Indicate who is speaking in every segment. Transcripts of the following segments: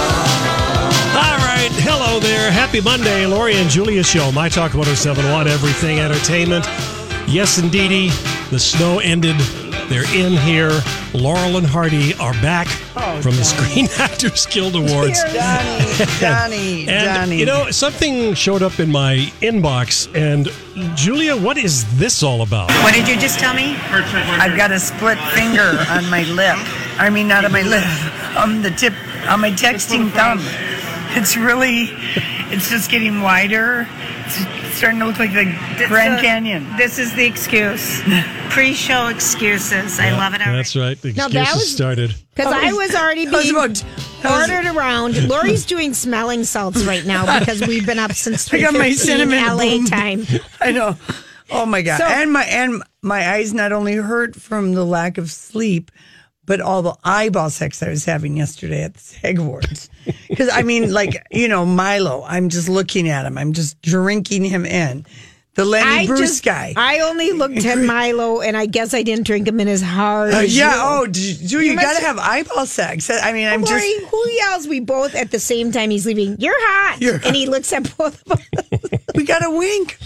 Speaker 1: All right, hello there. Happy Monday, Lori and Julia Show, My Talk 1071, Everything Entertainment. Yes, indeedy, the snow ended. They're in here. Laurel and Hardy are back
Speaker 2: Oh,
Speaker 1: from the Screen Actors Guild Awards.
Speaker 3: Donnie, Donnie,
Speaker 1: and
Speaker 3: Donnie.
Speaker 1: you know, something showed up in my inbox, and Julia, what is this all about?
Speaker 3: what did you just tell me? I've got a split finger on my lip. I mean, not on my lip, on the tip, on my texting thumb. It's really, it's just getting wider. It's starting to look like the Grand
Speaker 4: So,
Speaker 3: Canyon.
Speaker 4: This is the excuse. Pre-show excuses. I love it.
Speaker 1: That's right. The
Speaker 2: No, that
Speaker 1: excuses
Speaker 2: was-
Speaker 1: started.
Speaker 2: Because I was already
Speaker 3: I was
Speaker 2: being
Speaker 3: about- I was-
Speaker 2: ordered around. Lori's doing smelling salts right now because we've been up since
Speaker 3: I
Speaker 2: three
Speaker 3: got my cinnamon
Speaker 2: LA
Speaker 3: boom.
Speaker 2: time.
Speaker 3: I know. Oh my god!
Speaker 2: So-
Speaker 3: and my and my eyes not only hurt from the lack of sleep, but all the eyeball sex I was having yesterday at the SAG Awards. Because I mean, like you know, Milo. I'm just looking at him. I'm just drinking him in. The Lenny
Speaker 2: I
Speaker 3: Bruce
Speaker 2: just,
Speaker 3: guy.
Speaker 2: I only looked at Milo, and I guess I didn't drink him in as hard.
Speaker 3: Uh,
Speaker 2: as
Speaker 3: yeah.
Speaker 2: you.
Speaker 3: Oh, d- dude, you,
Speaker 2: must-
Speaker 3: got to have eyeball sex. I mean, I'm
Speaker 2: Lori,
Speaker 3: just.
Speaker 2: who yells? We both at the same time. He's leaving. You're hot,
Speaker 3: You're hot.
Speaker 2: and he looks at both of us.
Speaker 3: We got a wink.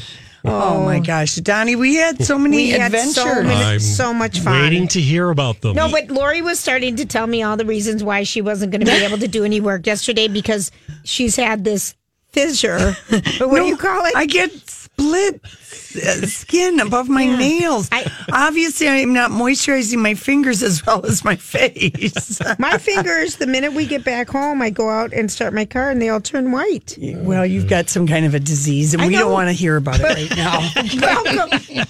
Speaker 3: Oh, my gosh, Donnie, we had so many
Speaker 2: We had
Speaker 3: adventures.
Speaker 2: so, many,
Speaker 1: I'm
Speaker 2: so much fun.
Speaker 1: Waiting to hear about them.
Speaker 2: No, but Lori was starting to tell me all the reasons why she wasn't going to be able to do any work yesterday because she's had this fissure. But what do
Speaker 3: No,
Speaker 2: you call it?
Speaker 3: I get split uh, skin above my nails.
Speaker 2: I-
Speaker 3: Obviously, I'm not moisturizing my fingers as well as my face.
Speaker 2: my fingers, the minute we get back home, I go out and start my car and they all turn white.
Speaker 3: well, you've got some kind of a disease, and
Speaker 2: I
Speaker 3: we
Speaker 2: know.
Speaker 3: don't want to hear about it right now.
Speaker 2: Welcome.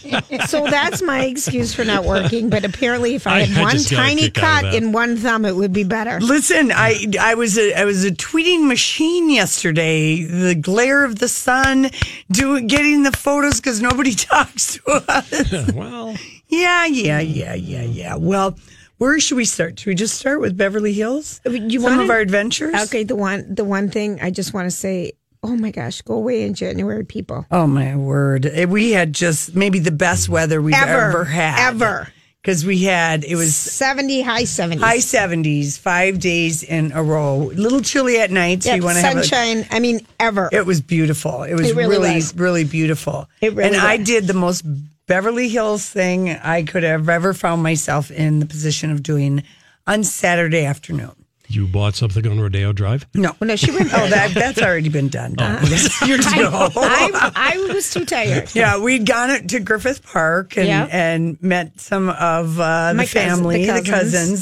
Speaker 2: so that's my excuse for not working. But apparently, if I
Speaker 1: I-
Speaker 2: had
Speaker 1: I
Speaker 2: one
Speaker 1: just got a
Speaker 2: tiny
Speaker 1: kick out of
Speaker 2: cut
Speaker 1: that.
Speaker 2: in one thumb, it would be better.
Speaker 3: Listen, I I was a I was a tweeting machine yesterday. The glare of the sun, doing getting the photos because nobody talks to us.
Speaker 1: well,
Speaker 3: yeah, yeah, yeah, yeah, yeah. Well, where should we start? Should we just start with Beverly Hills?
Speaker 2: You
Speaker 3: Some of
Speaker 2: wanna-
Speaker 3: our adventures.
Speaker 2: Okay, the one, the one thing I just want to say. Oh my gosh, go away in January, people.
Speaker 3: Oh my word! Eh, We had just maybe the best weather we've ever,
Speaker 2: Ever.
Speaker 3: had,
Speaker 2: Ever.
Speaker 3: because we had it was
Speaker 2: 70 high 70s.
Speaker 3: high seventies five days in a row. Little chilly at night, so
Speaker 2: Yep,
Speaker 3: you want to have a,
Speaker 2: sunshine. I mean, ever.
Speaker 3: It was beautiful. It was
Speaker 2: It really
Speaker 3: really,
Speaker 2: was.
Speaker 3: really beautiful.
Speaker 2: It really
Speaker 3: and I
Speaker 2: was.
Speaker 3: did the most Beverly Hills thing I could have ever found myself in the position of doing on Saturday afternoon.
Speaker 1: you bought something on Rodeo Drive?
Speaker 3: No,
Speaker 2: Well, no, she went.
Speaker 3: oh, that, that's already been done. Don. That's years ago.
Speaker 2: I, I was too tired.
Speaker 3: Yeah, we'd gone out to Griffith Park and,
Speaker 2: Yeah.
Speaker 3: and met some of uh, the
Speaker 2: My cousin- the
Speaker 3: family, the cousins.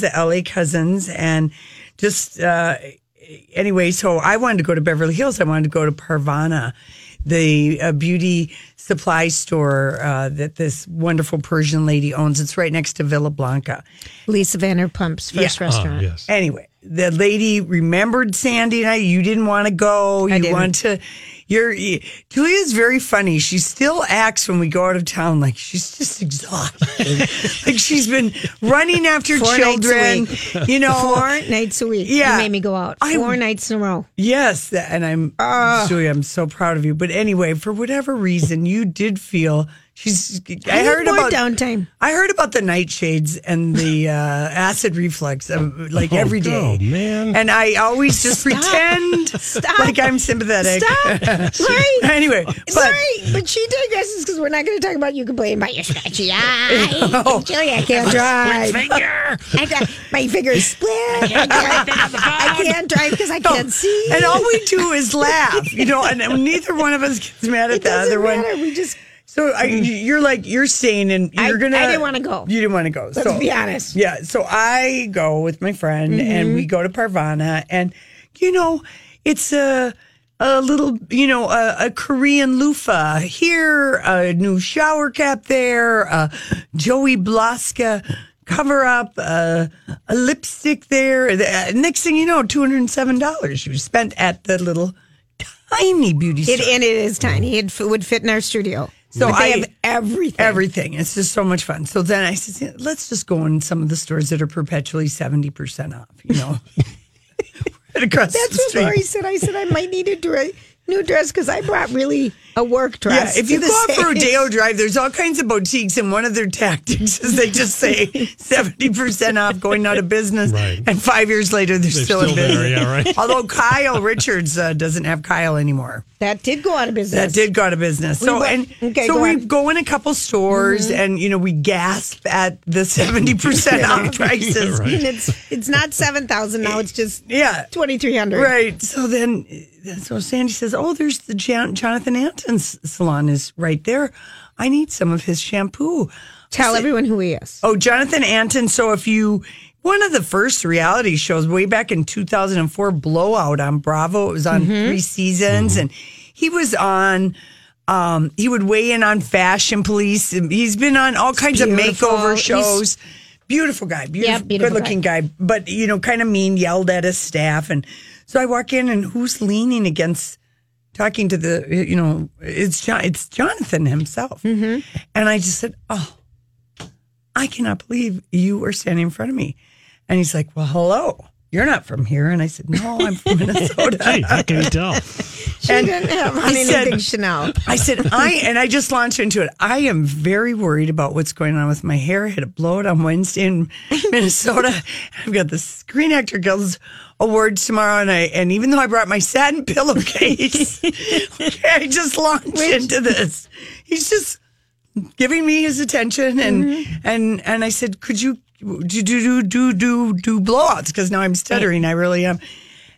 Speaker 2: cousins.
Speaker 3: the LA cousins, and just uh, anyway. So I wanted to go to Beverly Hills. I wanted to go to Parvana, the uh, beauty supply store uh, that this wonderful Persian lady owns. It's right next to Villa Blanca.
Speaker 2: Lisa Vanderpump's first
Speaker 3: Yeah.
Speaker 1: Ah,
Speaker 2: restaurant.
Speaker 1: yes.
Speaker 3: Anyway, the lady remembered Sandy and I. You didn't want to go. you
Speaker 2: didn't.
Speaker 3: want to. You're you- Julia's very funny. She still acts when we go out of town like she's just exhausted. like she's been running after
Speaker 2: Four nights a
Speaker 3: children.
Speaker 2: week.
Speaker 3: You know.
Speaker 2: Four nights a week.
Speaker 3: Yeah.
Speaker 2: You made me go out.
Speaker 3: I-
Speaker 2: Four nights in a row.
Speaker 3: Yes,
Speaker 2: Ah.
Speaker 3: and I'm Julia. I'm so proud of you. But anyway, for whatever reason, you did feel She's.
Speaker 2: I
Speaker 3: I
Speaker 2: need
Speaker 3: heard
Speaker 2: more
Speaker 3: about
Speaker 2: downtime.
Speaker 3: I heard about the nightshades and the uh, acid reflux of, like
Speaker 1: Oh,
Speaker 3: every day.
Speaker 1: no, man.
Speaker 3: And I always just pretend
Speaker 2: Stop.
Speaker 3: like I'm sympathetic.
Speaker 2: Stop, Larry.
Speaker 3: anyway, but
Speaker 2: Sorry, but she digresses because we're not going to talk about you complaining about your scratchy eye. Julie, I can't drive.
Speaker 1: finger.
Speaker 2: I got, my finger is split. I can't, I can't drive because I can't see.
Speaker 3: and all we do is laugh, you know, and neither one of us gets mad at
Speaker 2: it
Speaker 3: the other
Speaker 2: doesn't
Speaker 3: one.
Speaker 2: matter. We just
Speaker 3: So I, you're like you're sane and
Speaker 2: Mm. I-
Speaker 3: you're gonna.
Speaker 2: I didn't wanna go.
Speaker 3: You didn't want to go.
Speaker 2: Let's be honest. Mm-hmm.
Speaker 3: Yeah. So I go with my friend and we go to Parvana and you know it's a a little you know a, a Korean loofah here, a new shower cap there, a Joey Blaska cover up, a, a lipstick there. The- uh, next thing you know, two hundred and seven dollars you spent at the little tiny beauty
Speaker 2: it
Speaker 3: store.
Speaker 2: and it is tiny. It f- would fit in our studio.
Speaker 3: So
Speaker 2: But they
Speaker 3: I-
Speaker 2: have everything.
Speaker 3: Everything. It's just so much fun. So then I said, "Yeah, let's just go in some of the stores that are perpetually 70% off, you know. right across
Speaker 2: That's
Speaker 3: the
Speaker 2: what
Speaker 3: street.
Speaker 2: Lori said. I said I might need a dre- new dress because I brought really a work
Speaker 3: yeah,
Speaker 2: dress.
Speaker 3: if you
Speaker 2: to
Speaker 3: go
Speaker 2: the
Speaker 3: out for a
Speaker 2: sales.
Speaker 3: day drive, there's all kinds of boutiques, and one of their tactics is they just say 70% off, going out of business.
Speaker 1: Right.
Speaker 3: And five years later, they're,
Speaker 1: They're
Speaker 3: still, in
Speaker 1: still there,
Speaker 3: business.
Speaker 1: yeah, right.
Speaker 3: Although Kyle Richards uh, doesn't have Kyle anymore.
Speaker 2: that did go out of business.
Speaker 3: That did go out of business. So
Speaker 2: went-
Speaker 3: and
Speaker 2: okay,
Speaker 3: so
Speaker 2: go
Speaker 3: we
Speaker 2: on.
Speaker 3: go in a couple stores and you know we gasp at the seventy percent off prices.
Speaker 1: Right.
Speaker 2: And it's it's not seven thousand now. It's just
Speaker 3: Yeah.
Speaker 2: twenty three hundred.
Speaker 3: Right. So then, so Sandy says, "Oh, there's the Jan- Jonathan Anton's salon is right there. I need some of his shampoo."
Speaker 2: Tell everyone who he is.
Speaker 3: Oh, Jonathan Anton. So if you, one of the first reality shows way back in 2004, Blowout on Bravo, it was on three seasons, and he was on. Um, he would weigh in on fashion police. He's been on all kinds of
Speaker 2: beautiful.
Speaker 3: makeover
Speaker 2: He's-
Speaker 3: shows. beautiful guy, beautiful,
Speaker 2: beautiful
Speaker 3: good looking guy. but you know, kind of mean, yelled at his staff. And so I walk in, and who's leaning against, talking to the, you know, it's John, it's Jonathan himself.
Speaker 2: Mm-hmm.
Speaker 3: And I just said, oh, I cannot believe you were standing in front of me. And he's like, Well, hello. You're not from here. And I said, No, I'm from
Speaker 1: Hey,
Speaker 3: Minnesota.
Speaker 1: how can you tell?
Speaker 2: She didn't have on
Speaker 3: I
Speaker 2: anything
Speaker 3: said-
Speaker 2: Chanel.
Speaker 3: I said, I and I just launched into it. I am very worried about what's going on with my hair. I had a blowout on Wednesday in Minnesota. I've got the Screen Actor Guild's awards tomorrow and I and even though I brought my satin pillowcase, I just launched into this. He's just giving me his attention and
Speaker 2: Mm-hmm.
Speaker 3: and and I said, "Could you do do do do do do blowouts?" Because now I'm stuttering. I really am,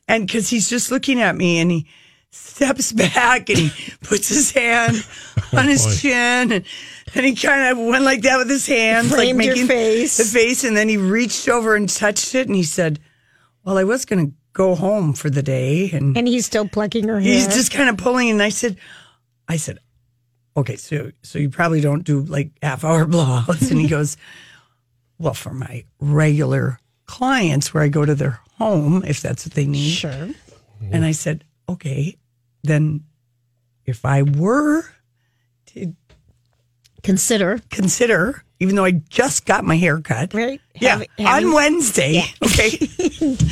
Speaker 3: and because he's just looking at me and he steps back and he puts his hand on his
Speaker 2: Oh,
Speaker 1: boy.
Speaker 3: chin and and he kind of went like that with his hands, like
Speaker 2: Framed your
Speaker 3: making
Speaker 2: face.
Speaker 3: the face, and then he reached over and touched it and he said, "Well, I was going to go home for the day and."
Speaker 2: And he's still plucking her hair.
Speaker 3: He's just kind of pulling, and I said, I said, okay, so so you probably don't do like half hour blowouts, and he goes, well, for my regular clients where I go to their home if that's what they need,
Speaker 2: sure.
Speaker 3: and I said, okay, then if I were to
Speaker 2: Consider
Speaker 3: consider, even though I just got my hair cut,
Speaker 2: right.
Speaker 3: yeah,
Speaker 2: Have- having-
Speaker 3: on Wednesday, okay.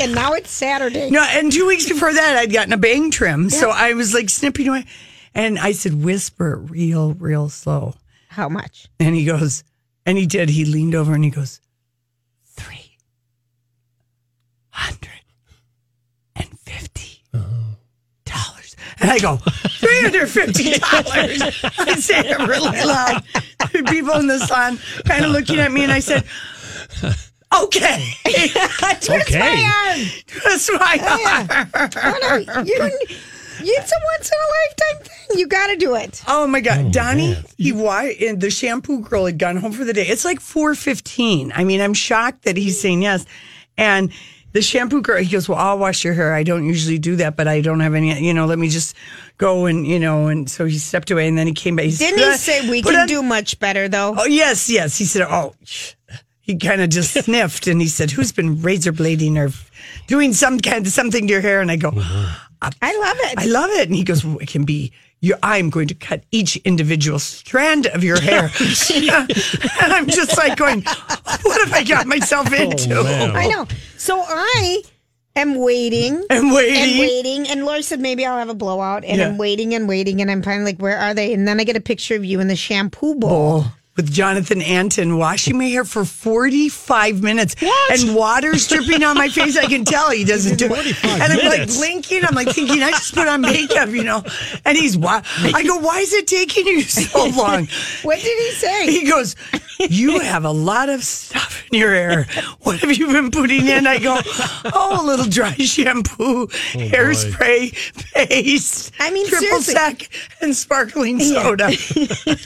Speaker 2: and now it's Saturday.
Speaker 3: No, and two weeks before that, I'd gotten a bang trim. So I was like snipping away. And I said, whisper it real, real slow.
Speaker 2: How much?
Speaker 3: And he goes, and he did. He leaned over and he goes, three hundred and fifty dollars. And I go, three hundred fifty dollars. I say it really loud. The people in the salon kind of looking at me, and I said, okay, that's
Speaker 1: Okay.
Speaker 3: my arm.
Speaker 2: Oh, no, you, it's a once in a lifetime thing. You got to do it.
Speaker 3: Oh my God, Donnie! He why and the shampoo girl had gone home for the day. It's like four fifteen. I mean, I'm shocked that he's saying yes. And the shampoo girl, he goes, "Well, I'll wash your hair. I don't usually do that, but I don't have any. You know, let me just go and you know." And so he stepped away, and then he came back. He
Speaker 2: Didn't
Speaker 3: said,
Speaker 2: he say we
Speaker 3: "Put
Speaker 2: can
Speaker 3: on-
Speaker 2: do much better though?
Speaker 3: Oh yes, yes. He said, "Oh." He kind of just sniffed and he said, "Who's been razor blading or doing some kind of something to your hair?" And I go,
Speaker 2: I love it.
Speaker 3: I love it. And he goes, well, it can be. You, I'm going to cut each individual strand of your hair. and I'm
Speaker 1: Oh,
Speaker 3: just like going, what have I got myself into?
Speaker 1: man.
Speaker 2: I know. So I am waiting.
Speaker 3: I'm waiting.
Speaker 2: And waiting, and Lori said maybe I'll have a blowout, and
Speaker 3: Yeah.
Speaker 2: I'm waiting and waiting, and I'm finally like, where are they? And then I get a picture of you in the shampoo bowl.
Speaker 3: Bowl With Jonathan Anton washing my hair for 45 minutes.
Speaker 1: What?
Speaker 3: And water's dripping on my face. I can tell he doesn't do it.
Speaker 1: 45
Speaker 3: And I'm
Speaker 1: minutes.
Speaker 3: like blinking. I'm like thinking, I just put on makeup, you know? And he's, wa- I go, why is it taking you so long?
Speaker 2: What did he say?
Speaker 3: He goes, You have a lot of stuff in your hair. What have you been putting in? I go, Oh, a little dry shampoo, hairspray, paste.
Speaker 2: I mean,
Speaker 3: triple
Speaker 2: seriously.
Speaker 3: sec and sparkling soda. he's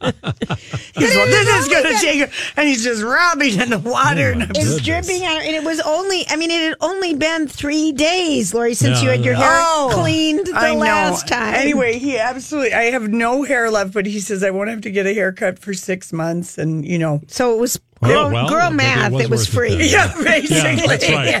Speaker 3: well,
Speaker 2: it
Speaker 3: this
Speaker 2: was
Speaker 3: is going
Speaker 2: only been-
Speaker 3: to take her. And he's just rubbing in the water. and I'm
Speaker 2: It's
Speaker 3: just,
Speaker 2: dripping out, and it was only, I mean, it had only been three days, Lori, since
Speaker 1: Yeah,
Speaker 2: you had
Speaker 1: I
Speaker 2: your
Speaker 1: know.
Speaker 2: hair cleaned the
Speaker 3: I know.
Speaker 2: last time.
Speaker 3: Anyway, he absolutely, I have no hair left, but he says I won't have to get a haircut for six months. And, you know,
Speaker 2: So it was
Speaker 1: Oh,
Speaker 2: girl,
Speaker 1: well,
Speaker 2: girl
Speaker 1: maybe it
Speaker 2: math.
Speaker 1: was
Speaker 2: It was
Speaker 1: worth it
Speaker 2: free.
Speaker 1: then.
Speaker 3: yeah, basically.
Speaker 1: Yeah,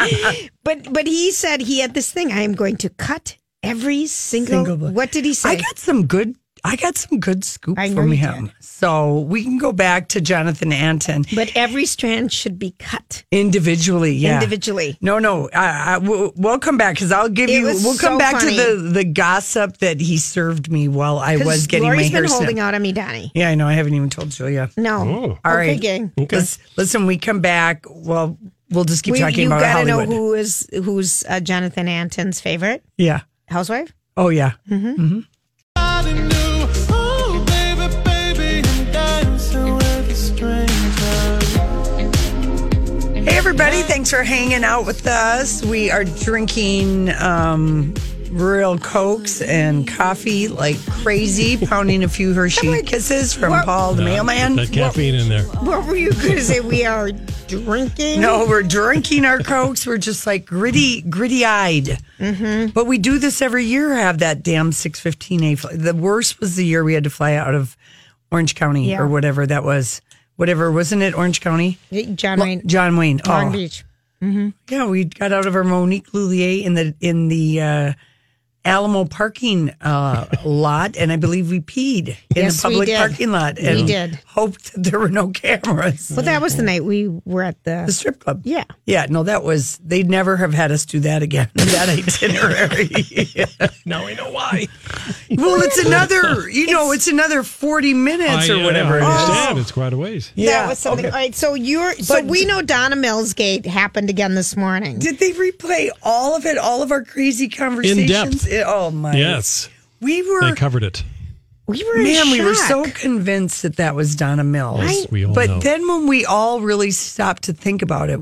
Speaker 1: right. Yeah.
Speaker 2: But but he said he had this thing. I am going to cut every single.
Speaker 3: Single blood.
Speaker 2: what did he say?
Speaker 3: I got some good. I got some good scoop
Speaker 2: I know
Speaker 3: from
Speaker 2: you
Speaker 3: him. So we can go back to Jonathan Anton
Speaker 2: but every strand should be cut
Speaker 3: individually. Yeah.
Speaker 2: individually.
Speaker 3: No, no. I, I, we'll, we'll come back because I'll give
Speaker 2: It
Speaker 3: you.
Speaker 2: was
Speaker 3: We'll come
Speaker 2: so
Speaker 3: back
Speaker 2: funny.
Speaker 3: to the the gossip that he served me while I was getting
Speaker 2: Lori's
Speaker 3: my hair
Speaker 2: been
Speaker 3: snipped.
Speaker 2: holding out on me, Donnie.
Speaker 3: Yeah, I know. I haven't even told Julia.
Speaker 2: No.
Speaker 3: All
Speaker 2: okay,
Speaker 3: right.
Speaker 2: gang.
Speaker 1: Okay.
Speaker 3: Let's- listen, we come back. Well, we'll just keep
Speaker 2: We,
Speaker 3: talking
Speaker 2: you
Speaker 3: about
Speaker 2: gotta know
Speaker 3: Hollywood.
Speaker 2: who is who's uh, Jonathan Anton's favorite
Speaker 3: yeah.
Speaker 2: housewife.
Speaker 3: Oh yeah. Hey everybody, thanks for hanging out with us. We are drinking um real cokes and coffee like crazy, pounding a few Hershey kisses from
Speaker 2: What-
Speaker 3: Paul the mailman.
Speaker 1: That caffeine in there.
Speaker 2: What were you going to say? We are drinking.
Speaker 3: No, we're drinking our cokes. We're just like gritty, gritty eyed.
Speaker 2: Mm-hmm.
Speaker 3: But we do this every year. Have that damn six fifteen a. Fl- the worst was the year we had to fly out of Orange County
Speaker 2: Yeah.
Speaker 3: or whatever that was. Whatever wasn't it? Orange County,
Speaker 2: John Wayne,
Speaker 3: John Wayne,
Speaker 2: Long
Speaker 3: oh.
Speaker 2: Beach.
Speaker 3: Yeah, we got out of our Monique Lullier in the in the uh, Alamo parking uh, lot, and I believe we peed in
Speaker 2: Yes, we
Speaker 3: the public
Speaker 2: did.
Speaker 3: parking lot.
Speaker 2: We
Speaker 3: And
Speaker 2: did.
Speaker 3: Hoped that there were no cameras.
Speaker 2: Well, that was the night we were at
Speaker 3: The
Speaker 2: the.
Speaker 3: strip club.
Speaker 2: Yeah.
Speaker 3: Yeah, no, that was, they'd never have had us do that again, that itinerary.
Speaker 1: Now I know why.
Speaker 3: well, it's another, you know, it's another 40 minutes or
Speaker 1: I uh,
Speaker 3: whatever it is.
Speaker 2: Oh,
Speaker 1: understand. It's quite a ways.
Speaker 2: that was something. All right, so you're. So
Speaker 3: But-
Speaker 2: we know Donna Millsgate happened again this morning.
Speaker 3: Did they replay all of it, all of our crazy conversations? It- oh, my.
Speaker 1: Yes,
Speaker 3: We were,
Speaker 1: they covered it.
Speaker 2: we were in
Speaker 3: man, we were
Speaker 2: shock.
Speaker 3: so convinced that that was Donna Mills.
Speaker 1: Yes, we all
Speaker 3: but
Speaker 1: know.
Speaker 3: then when we all really stopped to think about it,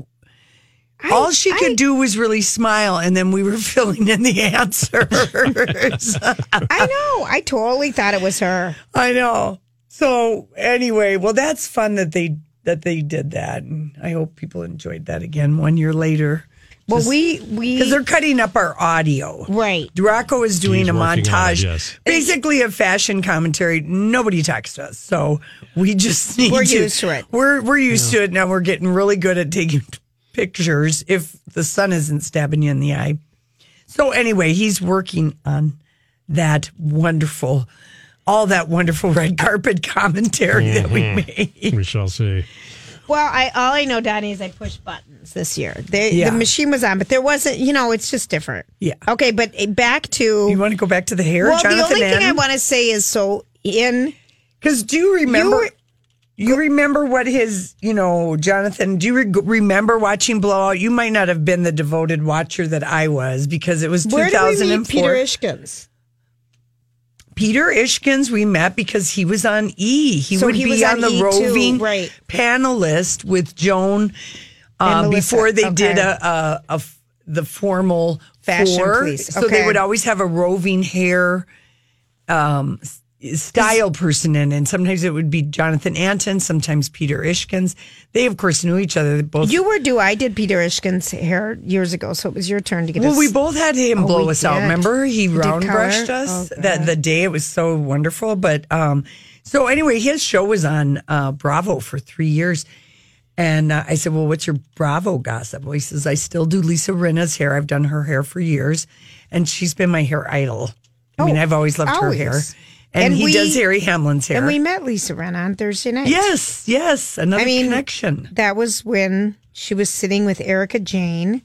Speaker 2: I-
Speaker 3: all she
Speaker 2: I-
Speaker 3: could do was really smile, and then we were filling in the answers.
Speaker 2: I know. I totally thought it was her.
Speaker 3: I know. So anyway, well, that's fun that they that they did that, and I hope people enjoyed that again one year later
Speaker 2: Well, we we
Speaker 3: because they're cutting up our audio.
Speaker 2: right.
Speaker 3: Rocco is doing
Speaker 1: He's
Speaker 3: a
Speaker 1: working on it,
Speaker 3: montage,
Speaker 1: yes.
Speaker 3: basically a fashion commentary. Nobody texts us, so we just need
Speaker 2: We're
Speaker 3: to-
Speaker 2: used to it.
Speaker 3: We're we're used to it now. We're getting really good at taking pictures if the sun isn't stabbing you in the eye. So anyway, he's working on that wonderful, all that wonderful red carpet commentary
Speaker 1: Mm-hmm.
Speaker 3: that we made.
Speaker 1: We shall see.
Speaker 2: Well, I all I know, Donnie, is I pushed buttons this year. They,
Speaker 3: Yeah.
Speaker 2: The machine was on, but there wasn't. You know, it's just different.
Speaker 3: Yeah.
Speaker 2: Okay, but eh, back
Speaker 3: You
Speaker 2: to
Speaker 3: want to go back to the hair,
Speaker 2: well, the
Speaker 3: Jonathan?
Speaker 2: only thing I
Speaker 3: Ann?
Speaker 2: want to say is so in
Speaker 3: Because do you remember? You,
Speaker 2: were-
Speaker 3: remember what his, you know, Jonathan? Do you re- remember watching Blowout? You might not have been the devoted watcher that I was because it was
Speaker 2: where did we meet
Speaker 3: 2004.
Speaker 2: Peter Ishkins?
Speaker 3: Peter Ishkins we met because he was on E. He
Speaker 2: So
Speaker 3: would
Speaker 2: he
Speaker 3: be
Speaker 2: was
Speaker 3: on,
Speaker 2: on
Speaker 3: the
Speaker 2: E too,
Speaker 3: roving
Speaker 2: right.
Speaker 3: panelist with Joan uh,
Speaker 2: And Melissa,
Speaker 3: before they
Speaker 2: okay.
Speaker 3: did a, a, a f- the formal
Speaker 2: Fashion
Speaker 3: four.
Speaker 2: police,
Speaker 3: So they
Speaker 2: okay.
Speaker 3: would always have a roving hair um, s- style person in, and sometimes it would be Jonathan Anton, sometimes Peter Ishkins. They of course knew each other. They both
Speaker 2: You were due. I did Peter Ishkins' hair years ago, so it was your turn to get.
Speaker 3: Well,
Speaker 2: us-
Speaker 3: we both had him
Speaker 2: Oh,
Speaker 3: blow
Speaker 2: we
Speaker 3: us out.
Speaker 2: did.
Speaker 3: Remember, he
Speaker 2: did
Speaker 3: round
Speaker 2: color?
Speaker 3: brushed us
Speaker 2: Oh,
Speaker 3: that
Speaker 2: God.
Speaker 3: the day. It was so wonderful. But um, so anyway, his show was on uh, Bravo for three years, and uh, I said, "Well, what's your Bravo gossip?" Well, he says, "I still do Lisa Rinna's hair. I've done her hair for years, and she's been my hair idol. I mean,
Speaker 2: Oh,
Speaker 3: I've always loved
Speaker 2: always.
Speaker 3: her hair, and,
Speaker 2: And
Speaker 3: he
Speaker 2: we-
Speaker 3: does Harry Hamlin's hair.
Speaker 2: and we met Lisa Ren on Thursday night.
Speaker 3: yes, yes, another
Speaker 2: I mean-
Speaker 3: connection.
Speaker 2: that was when she was sitting with Erica Jane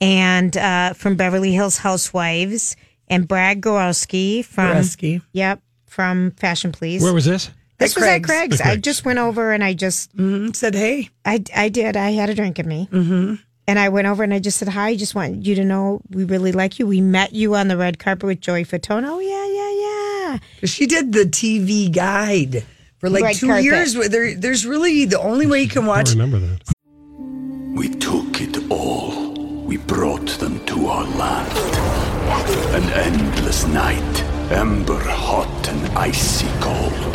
Speaker 2: and uh, from Beverly Hills Housewives, and Brad Gorowski from
Speaker 3: Gorowski.
Speaker 2: Yep, from Fashion Police.
Speaker 1: Where was this?
Speaker 2: this was at Craig's.
Speaker 1: At
Speaker 2: I
Speaker 1: Craig's.
Speaker 2: just went over and I just
Speaker 3: And said, hey,
Speaker 2: I, I did. I had a drink in me. Mm-hmm. And I went over and I just said, Hi, just want you to know we really like you. We met you on the red carpet with Joey Fatone. Oh, yeah, yeah, yeah.
Speaker 3: 'Cause she did the TV guide for like
Speaker 2: Red
Speaker 3: two
Speaker 2: carpet.
Speaker 3: years. where There, there's really the only way you can
Speaker 1: I
Speaker 3: watch
Speaker 1: don't remember that.
Speaker 5: We took it all. We brought them to our land. An endless night, ember hot and icy cold.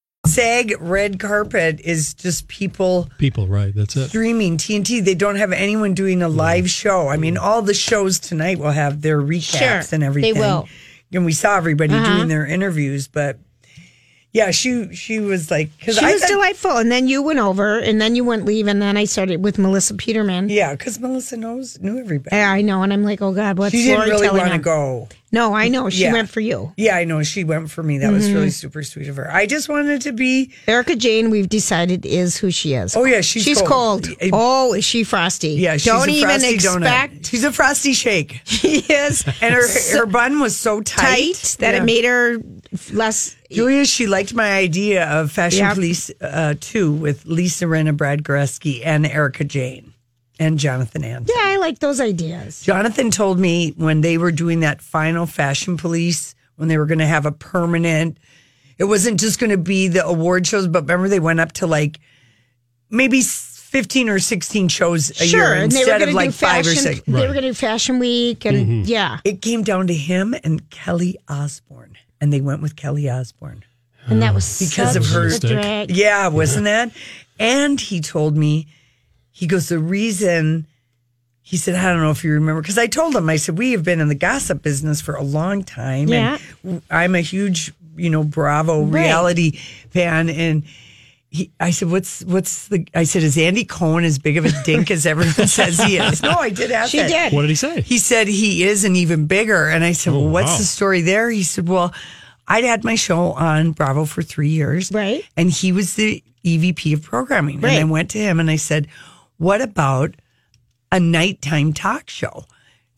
Speaker 3: SAG red carpet is just people
Speaker 1: People, right? That's it.
Speaker 3: streaming TNT. They don't have anyone doing a live show. I mean, all the shows tonight will have their recaps
Speaker 2: Sure,
Speaker 3: and
Speaker 2: they
Speaker 3: everything.
Speaker 2: will. Uh-huh.
Speaker 3: And we saw everybody doing their interviews, but yeah, she she was like because
Speaker 2: She
Speaker 3: I
Speaker 2: was
Speaker 3: thought-
Speaker 2: delightful. And then you went over and then you wouldn't leave. And then I started with Melissa Peterman.
Speaker 3: yeah because Melissa knows knew everybody.
Speaker 2: And I know. And I'm like, Oh, God, what's
Speaker 3: she didn't
Speaker 2: Lori
Speaker 3: really
Speaker 2: telling
Speaker 3: want to
Speaker 2: them?
Speaker 3: go.
Speaker 2: No, I know. She
Speaker 3: Yeah.
Speaker 2: went for you.
Speaker 3: Yeah, I know she went for me. That was
Speaker 2: Mm-hmm.
Speaker 3: really super sweet of her. I just wanted to be
Speaker 2: Erica Jane, we've decided is who she is.
Speaker 3: Oh, yeah, she's
Speaker 2: she's
Speaker 3: cold.
Speaker 2: cold. Oh, is she frosty?
Speaker 3: yeah. She's
Speaker 2: don't
Speaker 3: a
Speaker 2: even
Speaker 3: frosty
Speaker 2: expect.
Speaker 3: Donut. She's a frosty shake,
Speaker 2: She is
Speaker 3: and her her bun was so tight,
Speaker 2: tight that
Speaker 3: Yeah.
Speaker 2: it made her less.
Speaker 3: Julia, she liked my idea of Fashion
Speaker 2: Yeah.
Speaker 3: Police uh, 2 with Lisa Renna, Brad Goreski, and Erica Jane and Jonathan Anton.
Speaker 2: Yeah, I like those ideas.
Speaker 3: Jonathan told me when they were doing that final Fashion Police, when they were going to have a permanent, it wasn't just going to be the award shows, but remember they went up to like maybe s- 15 or 16 shows a
Speaker 2: sure,
Speaker 3: year
Speaker 2: and they were
Speaker 3: instead
Speaker 2: going
Speaker 3: of
Speaker 2: to
Speaker 3: like
Speaker 2: do
Speaker 3: five or
Speaker 2: fashion.
Speaker 3: six.
Speaker 2: They were going to do Fashion Week, and yeah,
Speaker 3: It came down to him and Kelly Osborne, and they went with Kelly Osborne.
Speaker 2: and that was
Speaker 3: Because of
Speaker 2: such
Speaker 3: her-
Speaker 2: a drag.
Speaker 3: Yeah, wasn't that? And he told me, he goes, the reason he said, I don't know if you remember, because I told him, I said, we have been in the gossip business for a long time.
Speaker 2: Yeah.
Speaker 3: And I'm a huge, you know, Bravo
Speaker 2: Right.
Speaker 3: reality fan. And he, I said, what's, what's the, I said, is Andy Cohen as big of a dink as everyone says he is? No, I did ask
Speaker 2: She
Speaker 3: that.
Speaker 2: did.
Speaker 1: What did he say?
Speaker 3: He said he is an even bigger. And I said,
Speaker 1: Oh,
Speaker 3: Well, what's
Speaker 1: wow.
Speaker 3: the story there? He said, Well, I'd had my show on Bravo for three years.
Speaker 2: Right.
Speaker 3: And he was the EVP of programming. And I
Speaker 2: Right.
Speaker 3: went to him and I said, What about a nighttime talk show?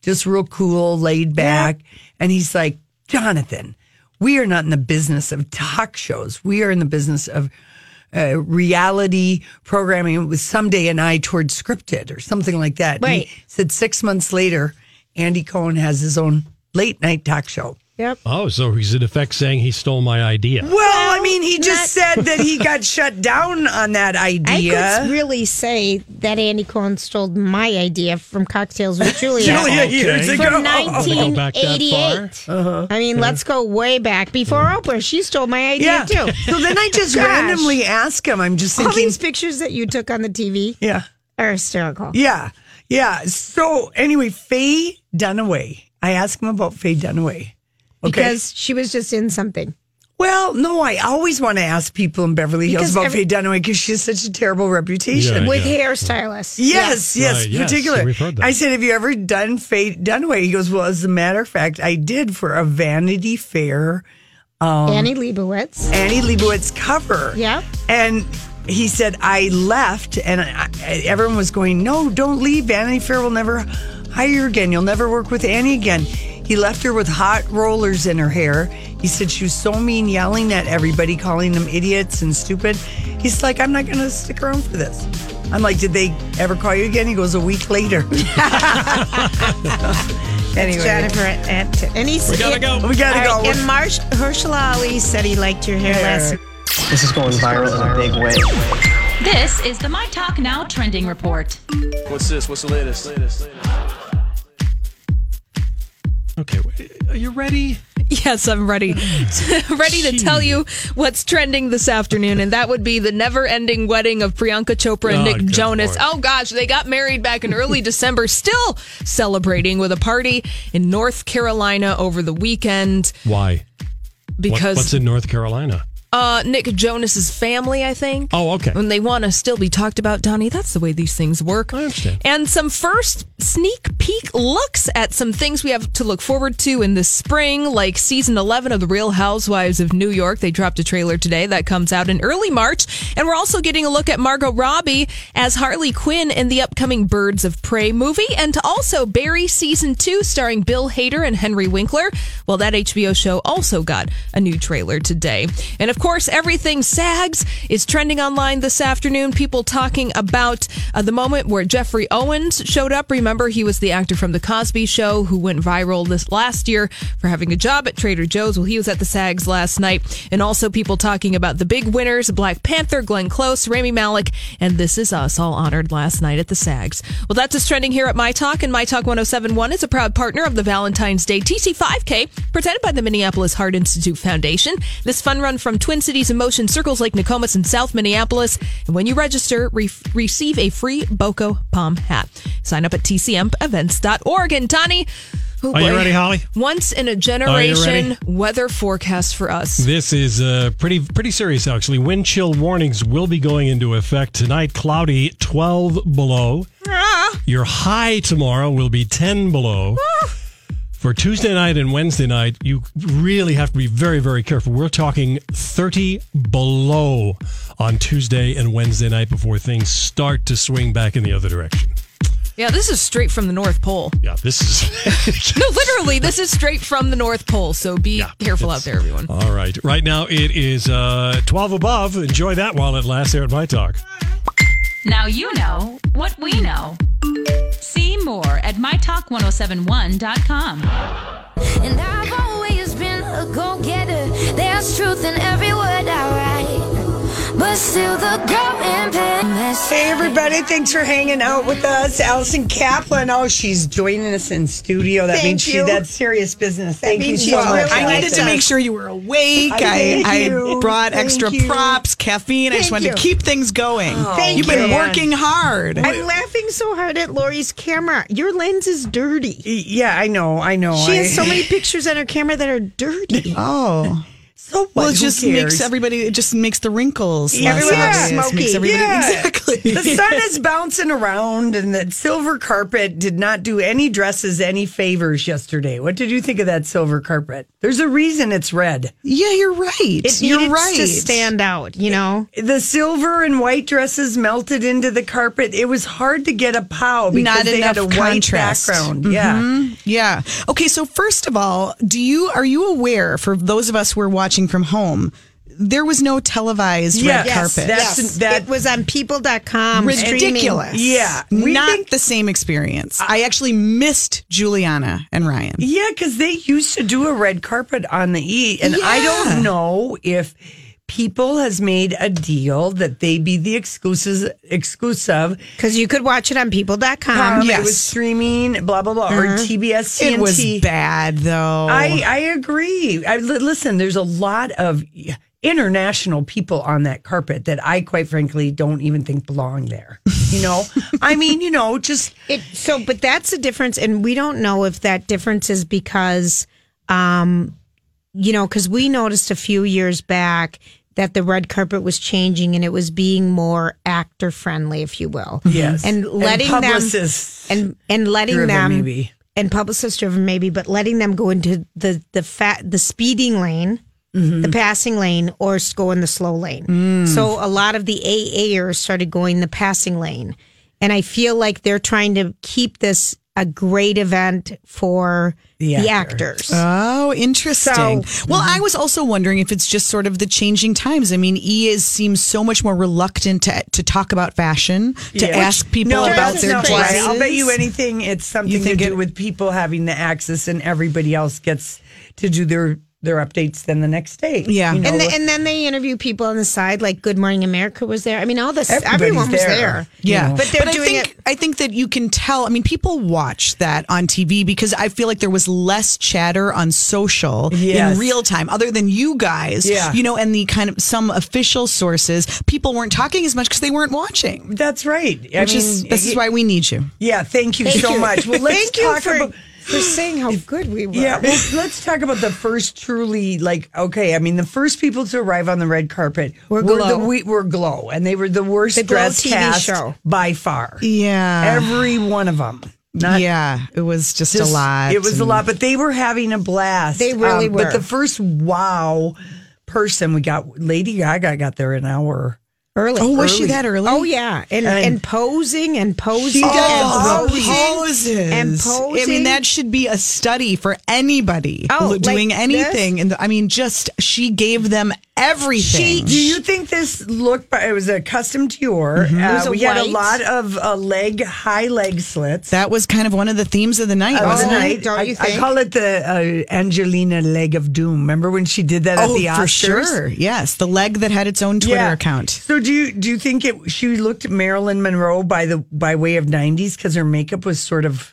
Speaker 3: Just real cool, laid back. And he's like, Jonathan, we are not in the business of talk shows. We are in the business of uh, reality programming It was someday an eye toward scripted or something like that. And he
Speaker 2: Right.
Speaker 3: said six months later, Andy Cohen has his own late night talk show.
Speaker 2: Yep.
Speaker 1: Oh, so he's in effect saying he stole my idea.
Speaker 3: Well, I mean, he just said that he got shut down on that
Speaker 2: I
Speaker 3: idea.
Speaker 2: could really say that Andy Cohen stole my idea from Cocktails with Julia.
Speaker 3: Julia
Speaker 1: Okay.
Speaker 3: years
Speaker 1: From
Speaker 3: ago.
Speaker 2: From
Speaker 1: Go back that far?
Speaker 2: 1988.
Speaker 3: Uh-huh.
Speaker 2: I mean, let's go way back before Oprah. She stole my
Speaker 3: Yeah.
Speaker 2: idea too.
Speaker 3: So then I just
Speaker 2: Gosh.
Speaker 3: randomly ask him. I'm just
Speaker 2: All
Speaker 3: thinking.
Speaker 2: these pictures that you took on the TV
Speaker 3: Yeah.
Speaker 2: are hysterical.
Speaker 3: Yeah. Yeah. So anyway, Faye Dunaway. I asked him about Faye Dunaway. Okay.
Speaker 2: Because she was just in something.
Speaker 3: well, no, I always want to ask people in Beverly Hills
Speaker 2: Because
Speaker 3: about
Speaker 2: every-
Speaker 3: Faye Dunaway because she has such a terrible reputation.
Speaker 1: Yeah.
Speaker 2: with hairstylists.
Speaker 3: Yes,
Speaker 1: Yeah.
Speaker 3: yes,
Speaker 1: Right, yes,
Speaker 3: particular.
Speaker 1: we've heard that.
Speaker 3: I said, "Have you ever done Faye Dunaway?" He goes, "Well, as a matter of fact, I did for a Vanity Fair Um,
Speaker 2: Annie Leibovitz.
Speaker 3: Annie Leibovitz cover."
Speaker 2: Yeah.
Speaker 3: and he said, "I left, and I, I- everyone was going, no, don't leave. Vanity Fair will never hire you again. You'll never work with Annie again." He left her with hot rollers in her hair. He said she was so mean, yelling at everybody, calling them idiots and stupid. He's like, "I'm not going to stick around for this." I'm like, "Did they ever call you again?" He goes, "A week later." anyway,
Speaker 2: Jennifer at and he's
Speaker 1: We gotta go.
Speaker 3: we gotta
Speaker 2: All
Speaker 3: go.
Speaker 2: right, and Marsh Herschel Ali said he liked your hair last.
Speaker 6: This is going viral in a big way. This is the My Talk Now trending report.
Speaker 7: What's this? What's the latest? latest,
Speaker 1: Okay, are you ready?
Speaker 8: Yes, I'm ready. ready to tell you what's trending this afternoon, and that would be the never ending wedding of Priyanka Chopra and
Speaker 9: Oh,
Speaker 8: Nick
Speaker 9: good
Speaker 8: Jonas.
Speaker 9: Lord.
Speaker 8: Oh, gosh, they got married back in early December, still celebrating with a party in North Carolina over the weekend
Speaker 1: Why?
Speaker 8: because
Speaker 1: What- what's in North Carolina?
Speaker 8: uh, Nick Jonas's family, I think.
Speaker 1: Oh, okay.
Speaker 8: And they want to still be talked about, Donnie. That's the way these things work. I
Speaker 1: understand.
Speaker 8: And some first sneak peek looks at some things we have to look forward to in the spring, like season 11 of The Real Housewives of New York. They dropped a trailer today that comes out in early March. And we're also getting a look at Margot Robbie as Harley Quinn in the upcoming Birds of Prey movie, and also Barry season 2 starring Bill Hader and Henry Winkler. Well, that HBO show also got a new trailer today. And of course, everything SAGs is trending online this afternoon. People talking about uh, the moment where Jeffrey Owens showed up. Remember, he was the actor from The Cosby Show who went viral this last year for having a job at Trader Joe's. Well, he was at the SAGs last night. And also, people talking about the big winners Black Panther, Glenn Close, Rami Malik, and This Is Us, all honored last night at the SAGs. Well, that's just trending here at My Talk. And My Talk 1071 is a proud partner of the Valentine's Day TC5K, presented by the Minneapolis Heart Institute Foundation. This fun run from Twin Cities Emotion Circles, Lake Nokomis, and South Minneapolis. And when you register, re- receive a free Boco Palm hat. Sign up at tcmevents.org. And Tani, oh
Speaker 1: Are you
Speaker 8: boy.
Speaker 1: ready, Holly?
Speaker 8: Once in a
Speaker 1: ready?
Speaker 8: generation weather forecast for us.
Speaker 1: This is uh, pretty pretty serious, actually. Wind chill warnings will be going into effect tonight. Cloudy, twelve below. Your high tomorrow will be ten below. For Tuesday night and Wednesday night, you really have to be very very careful. We're talking thirty below on Tuesday and Wednesday night before things start to swing back in the other direction.
Speaker 8: Yeah, this is straight from the North Pole.
Speaker 1: Yeah, this is.
Speaker 8: no, literally, this is straight from the North Pole. So be careful out there, everyone.
Speaker 1: All right. Right now it is uh, 12 above. Enjoy that while it lasts here at My Talk.
Speaker 6: Now you know what we know. See more at mytalk1071.com.
Speaker 10: And I've always been a go getter. There's truth in every word I write. But still, the going pain.
Speaker 3: Hey, everybody. Thanks for hanging out with us. Allison Kaplan. Oh, she's joining us in studio. That
Speaker 9: Thank
Speaker 3: means she
Speaker 9: you.
Speaker 3: that's serious business. Thank you
Speaker 9: means
Speaker 3: so
Speaker 9: she's
Speaker 3: much.
Speaker 9: really I needed to
Speaker 3: Allison.
Speaker 9: make sure you were awake.
Speaker 3: I
Speaker 9: I,
Speaker 3: thank
Speaker 9: I,
Speaker 3: you.
Speaker 9: brought
Speaker 3: Thank
Speaker 9: extra
Speaker 3: you.
Speaker 9: props, caffeine. I just
Speaker 3: Thank
Speaker 9: wanted to
Speaker 3: you.
Speaker 9: keep things going.
Speaker 3: Oh, Thank
Speaker 9: You've been
Speaker 3: you.
Speaker 9: working hard.
Speaker 2: I'm laughing so hard at Lori's camera. Your lens is dirty.
Speaker 3: Yeah, I know. I know.
Speaker 2: She has
Speaker 3: I-
Speaker 2: so many pictures on her camera that are dirty.
Speaker 9: Oh.
Speaker 3: So
Speaker 9: Well, it
Speaker 3: what? Who
Speaker 9: just
Speaker 3: cares?
Speaker 9: makes everybody. It just makes the wrinkles. less
Speaker 3: Everyone looks
Speaker 9: obvious,
Speaker 3: smoky.
Speaker 9: Makes everybody
Speaker 3: Yeah.
Speaker 9: exactly.
Speaker 3: the sun is bouncing around, and that silver carpet did not do any dresses any favors yesterday. What did you think of that silver carpet? There's a reason it's red.
Speaker 9: Yeah, you're right.
Speaker 2: It
Speaker 9: you're
Speaker 2: needed
Speaker 9: right.
Speaker 2: to stand out, you know.
Speaker 3: The silver and white dresses melted into the carpet. It was hard to get a pow because
Speaker 9: Not
Speaker 3: they
Speaker 9: enough
Speaker 3: had a
Speaker 9: contrast.
Speaker 3: white background. Yeah.
Speaker 9: Mhm. yeah. Okay, so first of all, do you are you aware for those of us who are watching from home, there was no televised red carpet.
Speaker 3: that's- that-
Speaker 2: it was on people.com. streaming.
Speaker 9: ridiculous.
Speaker 3: Yeah, we
Speaker 9: not
Speaker 3: think-
Speaker 9: the same experience. I actually missed Juliana and Ryan.
Speaker 3: Yeah, because they used to do a red carpet on the E, and I
Speaker 9: Yeah.
Speaker 3: don't know if people has made a deal that they be the exclusive exclusive.
Speaker 2: Because you could watch it on people.com.
Speaker 3: Um,
Speaker 9: yes. Mm-hmm.
Speaker 3: It was streaming, blah blah blah, or TBS CNT.
Speaker 9: It was bad though.
Speaker 3: I I agree. I li- listen. There's a lot of international people on that carpet that I quite frankly don't even think belong there. You know, I mean, you know, just
Speaker 2: It, so, but that's a difference, and we don't know if that difference is because, um, you know, because we noticed a few years back that the red carpet was changing and it was being more actor friendly, if you will.
Speaker 3: yes,
Speaker 2: and letting
Speaker 3: publicists
Speaker 2: them and and letting
Speaker 3: driven,
Speaker 2: them
Speaker 3: maybe.
Speaker 2: and publicist driven maybe, but letting them go into the the fat the speeding lane, the passing lane, or s- go in the slow lane. So a lot of the AAers started going the passing lane, and I feel like they're trying to keep this a great event for the,
Speaker 3: The actor.
Speaker 2: actors.
Speaker 9: Oh, interesting. well, I
Speaker 3: mm-hmm.
Speaker 9: was also wondering if it's just sort of the changing times. I mean, E is seems so much more reluctant to, to talk about fashion, to
Speaker 3: Yeah.
Speaker 9: ask people
Speaker 3: No,
Speaker 9: about
Speaker 3: that's
Speaker 9: their
Speaker 3: not right.
Speaker 9: dresses.
Speaker 3: I'll bet you anything it's something
Speaker 9: think
Speaker 3: to do
Speaker 9: it-
Speaker 3: with people having the access and everybody else gets to do their their updates then the next day.
Speaker 9: Yeah.
Speaker 3: You know,
Speaker 2: and, the, and then they interview people on the side, like Good Morning America was there. I mean, all this, everyone was
Speaker 3: there.
Speaker 2: there.
Speaker 9: Yeah,
Speaker 2: but they're
Speaker 9: I
Speaker 2: doing
Speaker 9: think,
Speaker 2: it.
Speaker 9: I think that you can tell. I mean, people watch that on TV because I feel like there was less chatter on social
Speaker 3: Yes.
Speaker 9: in real time, other than you guys.
Speaker 3: Yeah.
Speaker 9: you know, and the kind of some official sources. People weren't talking as much because they weren't watching.
Speaker 3: That's right. I
Speaker 9: which is
Speaker 3: mean,
Speaker 9: this is
Speaker 3: it-
Speaker 9: why we need you.
Speaker 3: Yeah, thank you
Speaker 9: Thank
Speaker 3: so
Speaker 9: you.
Speaker 3: much. Well, let's
Speaker 2: Thank you
Speaker 3: talk
Speaker 2: for,
Speaker 3: about
Speaker 2: for saying how good we were.
Speaker 3: Yeah, well, let's talk about the first truly like okay. I mean, the first people to arrive on the red carpet
Speaker 2: Were
Speaker 3: the
Speaker 2: Glow.
Speaker 3: we were glow, and they were the worst
Speaker 2: The Glow
Speaker 3: dressed
Speaker 2: TV
Speaker 3: cast
Speaker 2: show.
Speaker 3: by far.
Speaker 9: Yeah,
Speaker 3: Every one of them. Not
Speaker 9: yeah, it was just,
Speaker 3: just-
Speaker 9: a lot.
Speaker 3: It was a
Speaker 9: and-
Speaker 3: lot, but they were having a blast. Um,
Speaker 2: They really
Speaker 3: But
Speaker 2: were.
Speaker 3: the first wow person we got, Lady Gaga got there an hour.
Speaker 2: Early.
Speaker 9: Oh, was she that early?
Speaker 2: Oh, yeah. And, and,
Speaker 3: And-
Speaker 2: posing and posing.
Speaker 9: She
Speaker 2: and
Speaker 9: does the
Speaker 2: posing.
Speaker 9: poses.
Speaker 2: and
Speaker 9: I mean, that should be a study for anybody
Speaker 2: Oh,
Speaker 9: l- doing
Speaker 2: like
Speaker 9: anything. And I mean, just she gave them everything.
Speaker 3: Do you think this look? It was a custom Dior. Uh,
Speaker 2: Mm-hmm. was a
Speaker 3: we had a lot
Speaker 2: white.
Speaker 3: of uh, leg, high leg slits.
Speaker 9: that was kind of one of the themes of the night.
Speaker 3: of the
Speaker 9: wasn't it?
Speaker 3: night.
Speaker 2: don't
Speaker 3: I,
Speaker 2: you
Speaker 3: I
Speaker 2: think?
Speaker 3: call it the uh, Angelina leg of doom. Remember when she did that at the Oscars?
Speaker 9: Oh, for sure. Yes, the leg that had its own Twitter
Speaker 3: Yeah.
Speaker 9: account.
Speaker 3: So do you do you think it? She looked at Marilyn Monroe by the by way of '90s because her makeup was sort of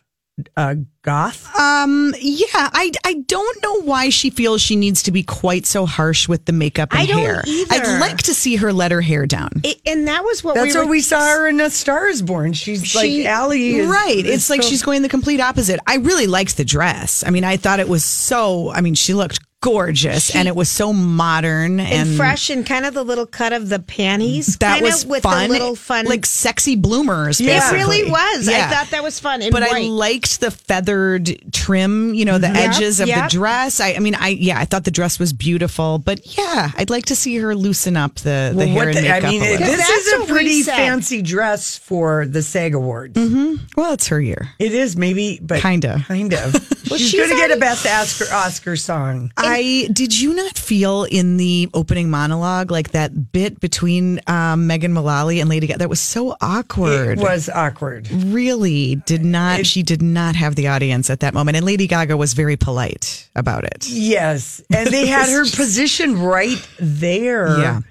Speaker 3: uh, goth.
Speaker 9: Um, yeah, I, I don't know why she feels she needs to be quite so harsh with the makeup and
Speaker 2: I don't
Speaker 9: hair.
Speaker 2: either.
Speaker 9: I'd like to see her let her hair down.
Speaker 2: It- and that was what
Speaker 3: That's
Speaker 2: we
Speaker 3: what
Speaker 2: were,
Speaker 3: we saw her in *A Star Is Born*. She's like
Speaker 2: She-
Speaker 3: Allie, is,
Speaker 9: right.
Speaker 3: is
Speaker 9: It's like
Speaker 3: so-
Speaker 9: she's going the complete opposite. I really liked the dress. I mean, I thought it was so, I mean, she looked gorgeous and it was so modern
Speaker 2: and,
Speaker 9: and,
Speaker 2: fresh and kind of the little cut of the panties.
Speaker 9: That
Speaker 2: kinda
Speaker 9: was
Speaker 2: with
Speaker 9: fun.
Speaker 2: the little fun.
Speaker 9: Like sexy bloomers.
Speaker 3: Yeah.
Speaker 2: It really
Speaker 9: basically.
Speaker 2: was.
Speaker 9: Yeah.
Speaker 2: I thought that was fun. And
Speaker 9: but I
Speaker 2: white.
Speaker 9: liked the feathered trim, you know, the edges of
Speaker 2: yep.
Speaker 9: the dress. I, I mean, I yeah, I thought the dress was beautiful, but yeah, I'd like to see her loosen up the, the
Speaker 3: Well,
Speaker 9: hair
Speaker 3: what
Speaker 9: and
Speaker 3: the-
Speaker 9: makeup.
Speaker 3: I mean,
Speaker 9: a little.
Speaker 3: this
Speaker 2: That's
Speaker 3: is
Speaker 2: what
Speaker 3: a
Speaker 2: we
Speaker 3: pretty
Speaker 2: said.
Speaker 3: fancy dress for the SAG Awards.
Speaker 9: Mm. well, it's her year.
Speaker 3: It is maybe, but
Speaker 9: Kinda.
Speaker 3: kind of. she's,
Speaker 2: she's
Speaker 3: going to get a
Speaker 2: already-
Speaker 3: Best Oscar Oscar song.
Speaker 9: I did you not feel in the opening monologue like that bit between um, Megan Mullally and Lady Gaga that was so awkward.
Speaker 3: It was awkward.
Speaker 9: really did not she did not have the audience at that moment, and Lady Gaga was very polite about it.
Speaker 3: Yes. And they had her position right there.
Speaker 9: Yeah.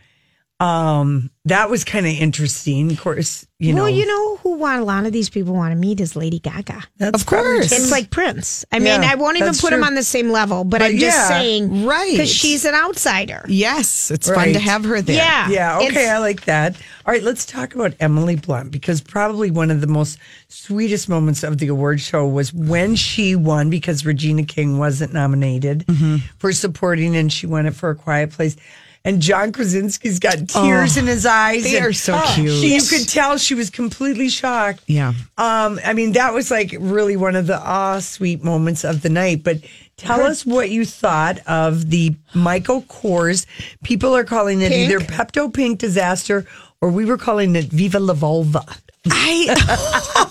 Speaker 3: Um, that was kind of interesting. Of course, you know.
Speaker 2: well, you know who want a lot of these people want to meet is Lady Gaga.
Speaker 3: that's
Speaker 9: of
Speaker 3: probably
Speaker 9: course.
Speaker 3: just-
Speaker 2: It's like Prince. I mean,
Speaker 3: Yeah,
Speaker 2: I won't even
Speaker 3: that's
Speaker 2: put him
Speaker 3: true.
Speaker 2: on the same level, but,
Speaker 3: But
Speaker 2: I'm just
Speaker 3: yeah,
Speaker 2: saying,
Speaker 9: right.
Speaker 2: Because she's an outsider.
Speaker 9: Yes, it's
Speaker 3: Right.
Speaker 9: fun to have her there.
Speaker 2: Yeah.
Speaker 3: yeah, okay,
Speaker 2: It's-
Speaker 3: I like that. All right, let's talk about Emily Blunt because probably one of the most sweetest moments of the award show was when she won because Regina King wasn't nominated for supporting and she won it for A Quiet Place. And John Krasinski's got tears in his eyes.
Speaker 9: they
Speaker 3: and-
Speaker 9: are so cute.
Speaker 3: Ah, She, you could tell she was completely shocked.
Speaker 9: Yeah.
Speaker 3: Um, I mean, that was like really one of the awe sweet moments of the night. But tell us what you thought of the Michael Kors. People are calling it either Pepto Pink disaster or we were calling it Viva La Volva.
Speaker 9: I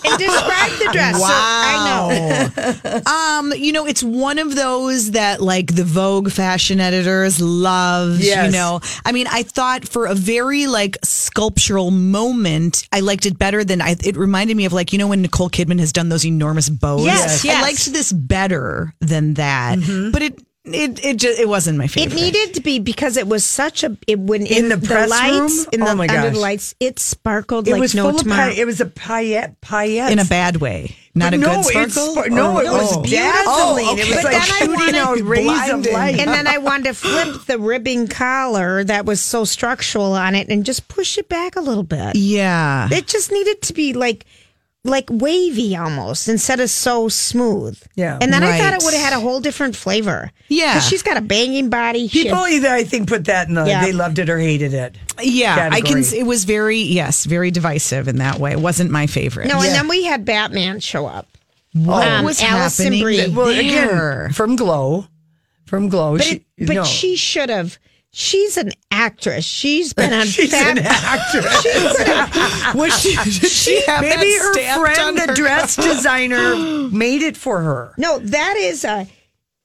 Speaker 2: And describe the dress. So I know.
Speaker 9: I know. um, you know, it's one of those that like the Vogue fashion editors love.
Speaker 3: Yes.
Speaker 9: You know, I mean, I thought for a very like sculptural moment, I liked it better than I. It reminded me of like you know when Nicole Kidman has done those enormous bows.
Speaker 2: Yes,
Speaker 9: I
Speaker 2: yes. Mm-hmm.
Speaker 9: liked this better than that, but it it it just it wasn't my
Speaker 2: It
Speaker 9: favorite.
Speaker 2: needed to be because it was such a it when in,
Speaker 3: the press
Speaker 2: lights
Speaker 3: room?
Speaker 2: in
Speaker 3: Oh
Speaker 2: the
Speaker 3: my
Speaker 2: under
Speaker 3: gosh.
Speaker 2: the lights it sparkled
Speaker 3: It
Speaker 2: like
Speaker 3: was
Speaker 2: no
Speaker 3: full
Speaker 2: tomorrow.
Speaker 3: of pi- it was a paillette paillette.
Speaker 9: in a bad way, not
Speaker 3: But
Speaker 9: a
Speaker 3: no,
Speaker 9: good
Speaker 3: it's
Speaker 9: sparkle.
Speaker 3: sp- no,
Speaker 9: Or-
Speaker 3: it was
Speaker 9: Oh.
Speaker 3: dazzling.
Speaker 9: Oh,
Speaker 3: It
Speaker 9: okay.
Speaker 3: was
Speaker 2: But
Speaker 3: like
Speaker 2: then I
Speaker 3: shooting
Speaker 2: wanted
Speaker 3: out rays of
Speaker 9: blinding.
Speaker 3: light.
Speaker 2: and then I wanted to flip the ribbon collar that was so structural on it and just push it back a little bit.
Speaker 9: yeah.
Speaker 2: It just needed to be like like wavy almost instead of so smooth.
Speaker 3: Yeah.
Speaker 2: And then I thought
Speaker 9: Right.
Speaker 2: it would have had a whole different flavor.
Speaker 9: Yeah.
Speaker 2: 'Cause she's got a banging body. She had-
Speaker 3: People either I think put that in the
Speaker 2: Yeah.
Speaker 3: they loved it or hated it.
Speaker 9: Yeah, I can.
Speaker 3: category.
Speaker 9: s- It was very yes, very divisive in that way. It wasn't my favorite.
Speaker 2: no, and then we had Batman show up.
Speaker 9: what
Speaker 2: um,
Speaker 9: was
Speaker 2: Allison
Speaker 9: happening?
Speaker 2: Brie.
Speaker 9: that-
Speaker 3: Oh, Well,
Speaker 9: there?
Speaker 3: again, from Glow, from Glow.
Speaker 2: But
Speaker 3: she,
Speaker 2: it, but
Speaker 3: no.
Speaker 2: she should have. She's an actress. She's been on
Speaker 3: She's
Speaker 2: fat-
Speaker 3: an actress.
Speaker 9: was she? Did she have that
Speaker 3: Maybe her
Speaker 9: stamped on
Speaker 3: friend, the
Speaker 9: her
Speaker 3: dress designer, made it for her.
Speaker 2: No, that is a.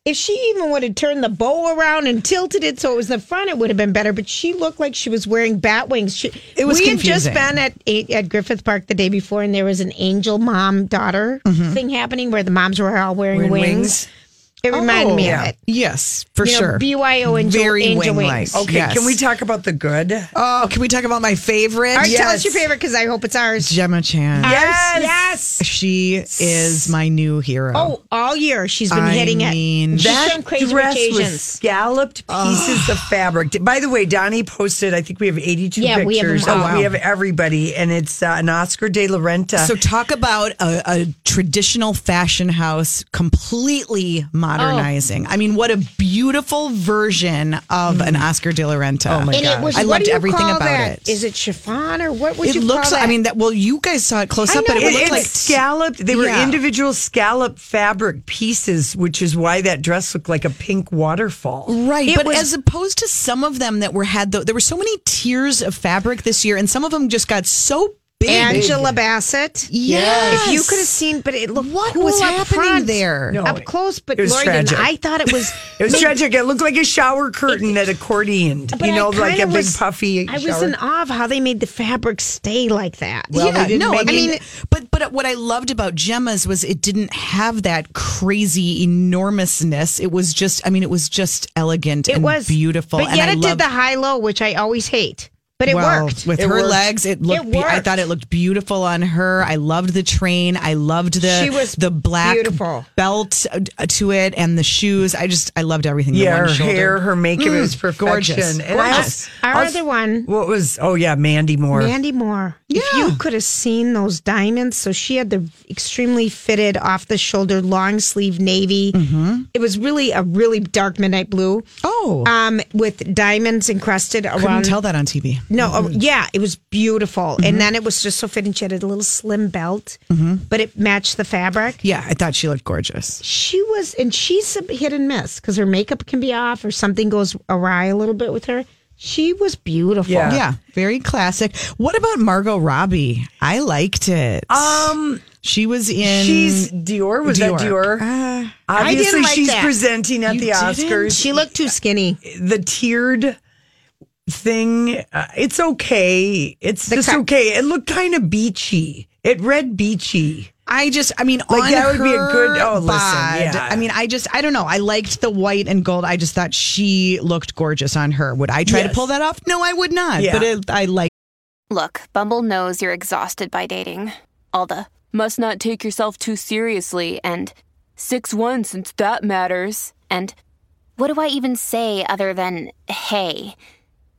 Speaker 2: If she even would have turned the bow around and tilted it so it was in the front, it would have been better. But she looked like she was wearing bat wings. She,
Speaker 9: It was
Speaker 2: we
Speaker 9: confusing.
Speaker 2: had just been at eight, at Griffith Park the day before,
Speaker 9: Mm-hmm.
Speaker 2: and there was an angel mom daughter thing happening where the moms were all wearing,
Speaker 3: Wearing
Speaker 2: wings.
Speaker 3: wings.
Speaker 2: It reminded me of it.
Speaker 9: Yes, Oh. for
Speaker 2: You know,
Speaker 9: sure.
Speaker 2: BYO and
Speaker 9: Very
Speaker 2: Angel
Speaker 9: wing-like.
Speaker 2: Wings. Okay,
Speaker 9: yes.
Speaker 2: can we
Speaker 3: talk about the good?
Speaker 9: Oh, can we talk about my favorite?
Speaker 2: All right, tell us your favorite because I hope it's ours.
Speaker 9: Gemma Chan.
Speaker 2: Ours? Yes.
Speaker 9: She is my new hero.
Speaker 2: Oh, all year she's been
Speaker 9: I
Speaker 2: hitting
Speaker 9: mean-
Speaker 2: it. She's
Speaker 9: That
Speaker 2: done crazy
Speaker 3: dress with
Speaker 2: occasions.
Speaker 3: scalloped pieces of fabric. D- By the way, Donnie posted. I think we have eighty-two
Speaker 2: Yeah,
Speaker 3: pictures.
Speaker 2: we have
Speaker 3: Oh,
Speaker 2: them all.
Speaker 3: we have everybody, and it's uh, an Oscar de la Renta.
Speaker 9: So talk about a, a traditional fashion house completely
Speaker 3: Oh.
Speaker 9: modernizing. I mean, what a beautiful version of an Oscar de la Renta.
Speaker 3: Mm. Oh my
Speaker 2: and it was
Speaker 9: I
Speaker 2: what
Speaker 9: loved
Speaker 2: do you
Speaker 9: everything
Speaker 2: call
Speaker 9: about
Speaker 2: that?
Speaker 9: it.
Speaker 2: Is it chiffon or what would
Speaker 9: it
Speaker 2: you
Speaker 9: looks.
Speaker 2: call
Speaker 9: I
Speaker 2: that?
Speaker 9: mean, that. Well, you guys saw it close
Speaker 2: I
Speaker 9: up, but it,
Speaker 2: know,
Speaker 3: It-
Speaker 9: would look
Speaker 3: it's
Speaker 9: like
Speaker 3: scalloped. They were
Speaker 9: Yeah.
Speaker 3: individual scallop fabric pieces, which is why that dress looked like a pink waterfall.
Speaker 9: Right,
Speaker 3: It
Speaker 9: but
Speaker 3: was-
Speaker 9: as opposed to some of them that were had, the, there were so many tiers of fabric this year, and some of them just got so big.
Speaker 2: Angela Bassett.
Speaker 9: Yes.
Speaker 2: If you could have seen, but it looked
Speaker 9: What
Speaker 2: cool
Speaker 9: was
Speaker 2: up
Speaker 9: happening
Speaker 2: front.
Speaker 9: there? No,
Speaker 2: up close, but
Speaker 3: it was
Speaker 2: Lori didn't.
Speaker 3: tragic.
Speaker 2: I thought it was.
Speaker 3: It was tragic. It looked like a shower curtain that accordioned.
Speaker 2: but
Speaker 3: you
Speaker 2: I
Speaker 3: know, like
Speaker 2: kinda
Speaker 3: a big
Speaker 2: was-
Speaker 3: puffy.
Speaker 2: I was
Speaker 3: shower
Speaker 2: in awe of how they made the fabric stay like that.
Speaker 3: Well, they didn't
Speaker 9: no,
Speaker 3: make
Speaker 9: I mean,
Speaker 3: it-
Speaker 9: but but what I loved about Gemma's was it didn't have that crazy enormousness. It was just, I mean, it was just elegant
Speaker 2: it
Speaker 9: and
Speaker 2: was
Speaker 9: beautiful.
Speaker 2: but
Speaker 9: and
Speaker 2: yet
Speaker 9: I
Speaker 2: it did
Speaker 9: loved-
Speaker 2: the high low, which I always hate. But it
Speaker 9: well,
Speaker 2: worked
Speaker 9: with
Speaker 2: It
Speaker 9: her
Speaker 2: worked.
Speaker 9: legs. It looked.
Speaker 2: It
Speaker 9: be- I
Speaker 2: worked.
Speaker 9: thought it looked beautiful on her. I loved the train. I loved the
Speaker 2: She was
Speaker 9: the black
Speaker 2: beautiful.
Speaker 9: belt uh, to it and the shoes. I just I loved everything.
Speaker 3: Yeah,
Speaker 9: the
Speaker 3: her
Speaker 9: one shoulder.
Speaker 3: hair, her makeup it
Speaker 9: Mm,
Speaker 3: was perfection.
Speaker 9: Gorgeous.
Speaker 3: And I
Speaker 9: gorgeous.
Speaker 3: was-
Speaker 2: Our
Speaker 3: I was-
Speaker 2: other one,
Speaker 3: What was? Oh yeah, Mandy Moore.
Speaker 2: Mandy Moore. If you could have seen those diamonds, so she had the extremely fitted off the shoulder long sleeve navy.
Speaker 9: Mm-hmm.
Speaker 2: It was really a really dark midnight blue.
Speaker 9: Oh.
Speaker 2: um, with diamonds encrusted
Speaker 9: Couldn't
Speaker 2: around.
Speaker 9: tell Mm-hmm. that on TV.
Speaker 2: No, oh, yeah, it was beautiful, and then it was just so fitting. She had a little slim belt,
Speaker 9: Mm-hmm.
Speaker 2: but it matched the fabric.
Speaker 9: Yeah, I thought she looked gorgeous.
Speaker 2: She was, and she's a hit and miss because her makeup can be off or something goes awry a little bit with her. She was beautiful.
Speaker 3: Yeah.
Speaker 9: Yeah, very classic. What about Margot Robbie? I liked it.
Speaker 3: Um,
Speaker 9: she was in.
Speaker 3: she's Dior. Was that
Speaker 9: Dior.
Speaker 3: Dior? Uh,
Speaker 2: I
Speaker 3: Obviously,
Speaker 2: didn't like
Speaker 3: she's
Speaker 2: that.
Speaker 3: presenting at
Speaker 9: You
Speaker 3: the
Speaker 9: didn't?
Speaker 3: Oscars.
Speaker 2: She looked too skinny.
Speaker 3: the tiered thing. Uh, it's okay. It's
Speaker 2: The
Speaker 3: just
Speaker 2: cut.
Speaker 3: okay. It looked kind of beachy. It read beachy.
Speaker 9: I just, I mean,
Speaker 3: Like,
Speaker 9: on
Speaker 3: that would be a
Speaker 9: her
Speaker 3: good- oh, listen,
Speaker 9: bod,
Speaker 3: yeah.
Speaker 9: I mean, I just, I don't know. I liked the white and gold. I just thought she looked gorgeous on her. Would I try to
Speaker 3: Yes.
Speaker 9: pull that off? No, I would not.
Speaker 3: Yeah.
Speaker 9: But it, I like.
Speaker 11: Look, Bumble knows you're exhausted by dating. All the must not take yourself too seriously and 6 1 since that matters. And what do I even say other than hey?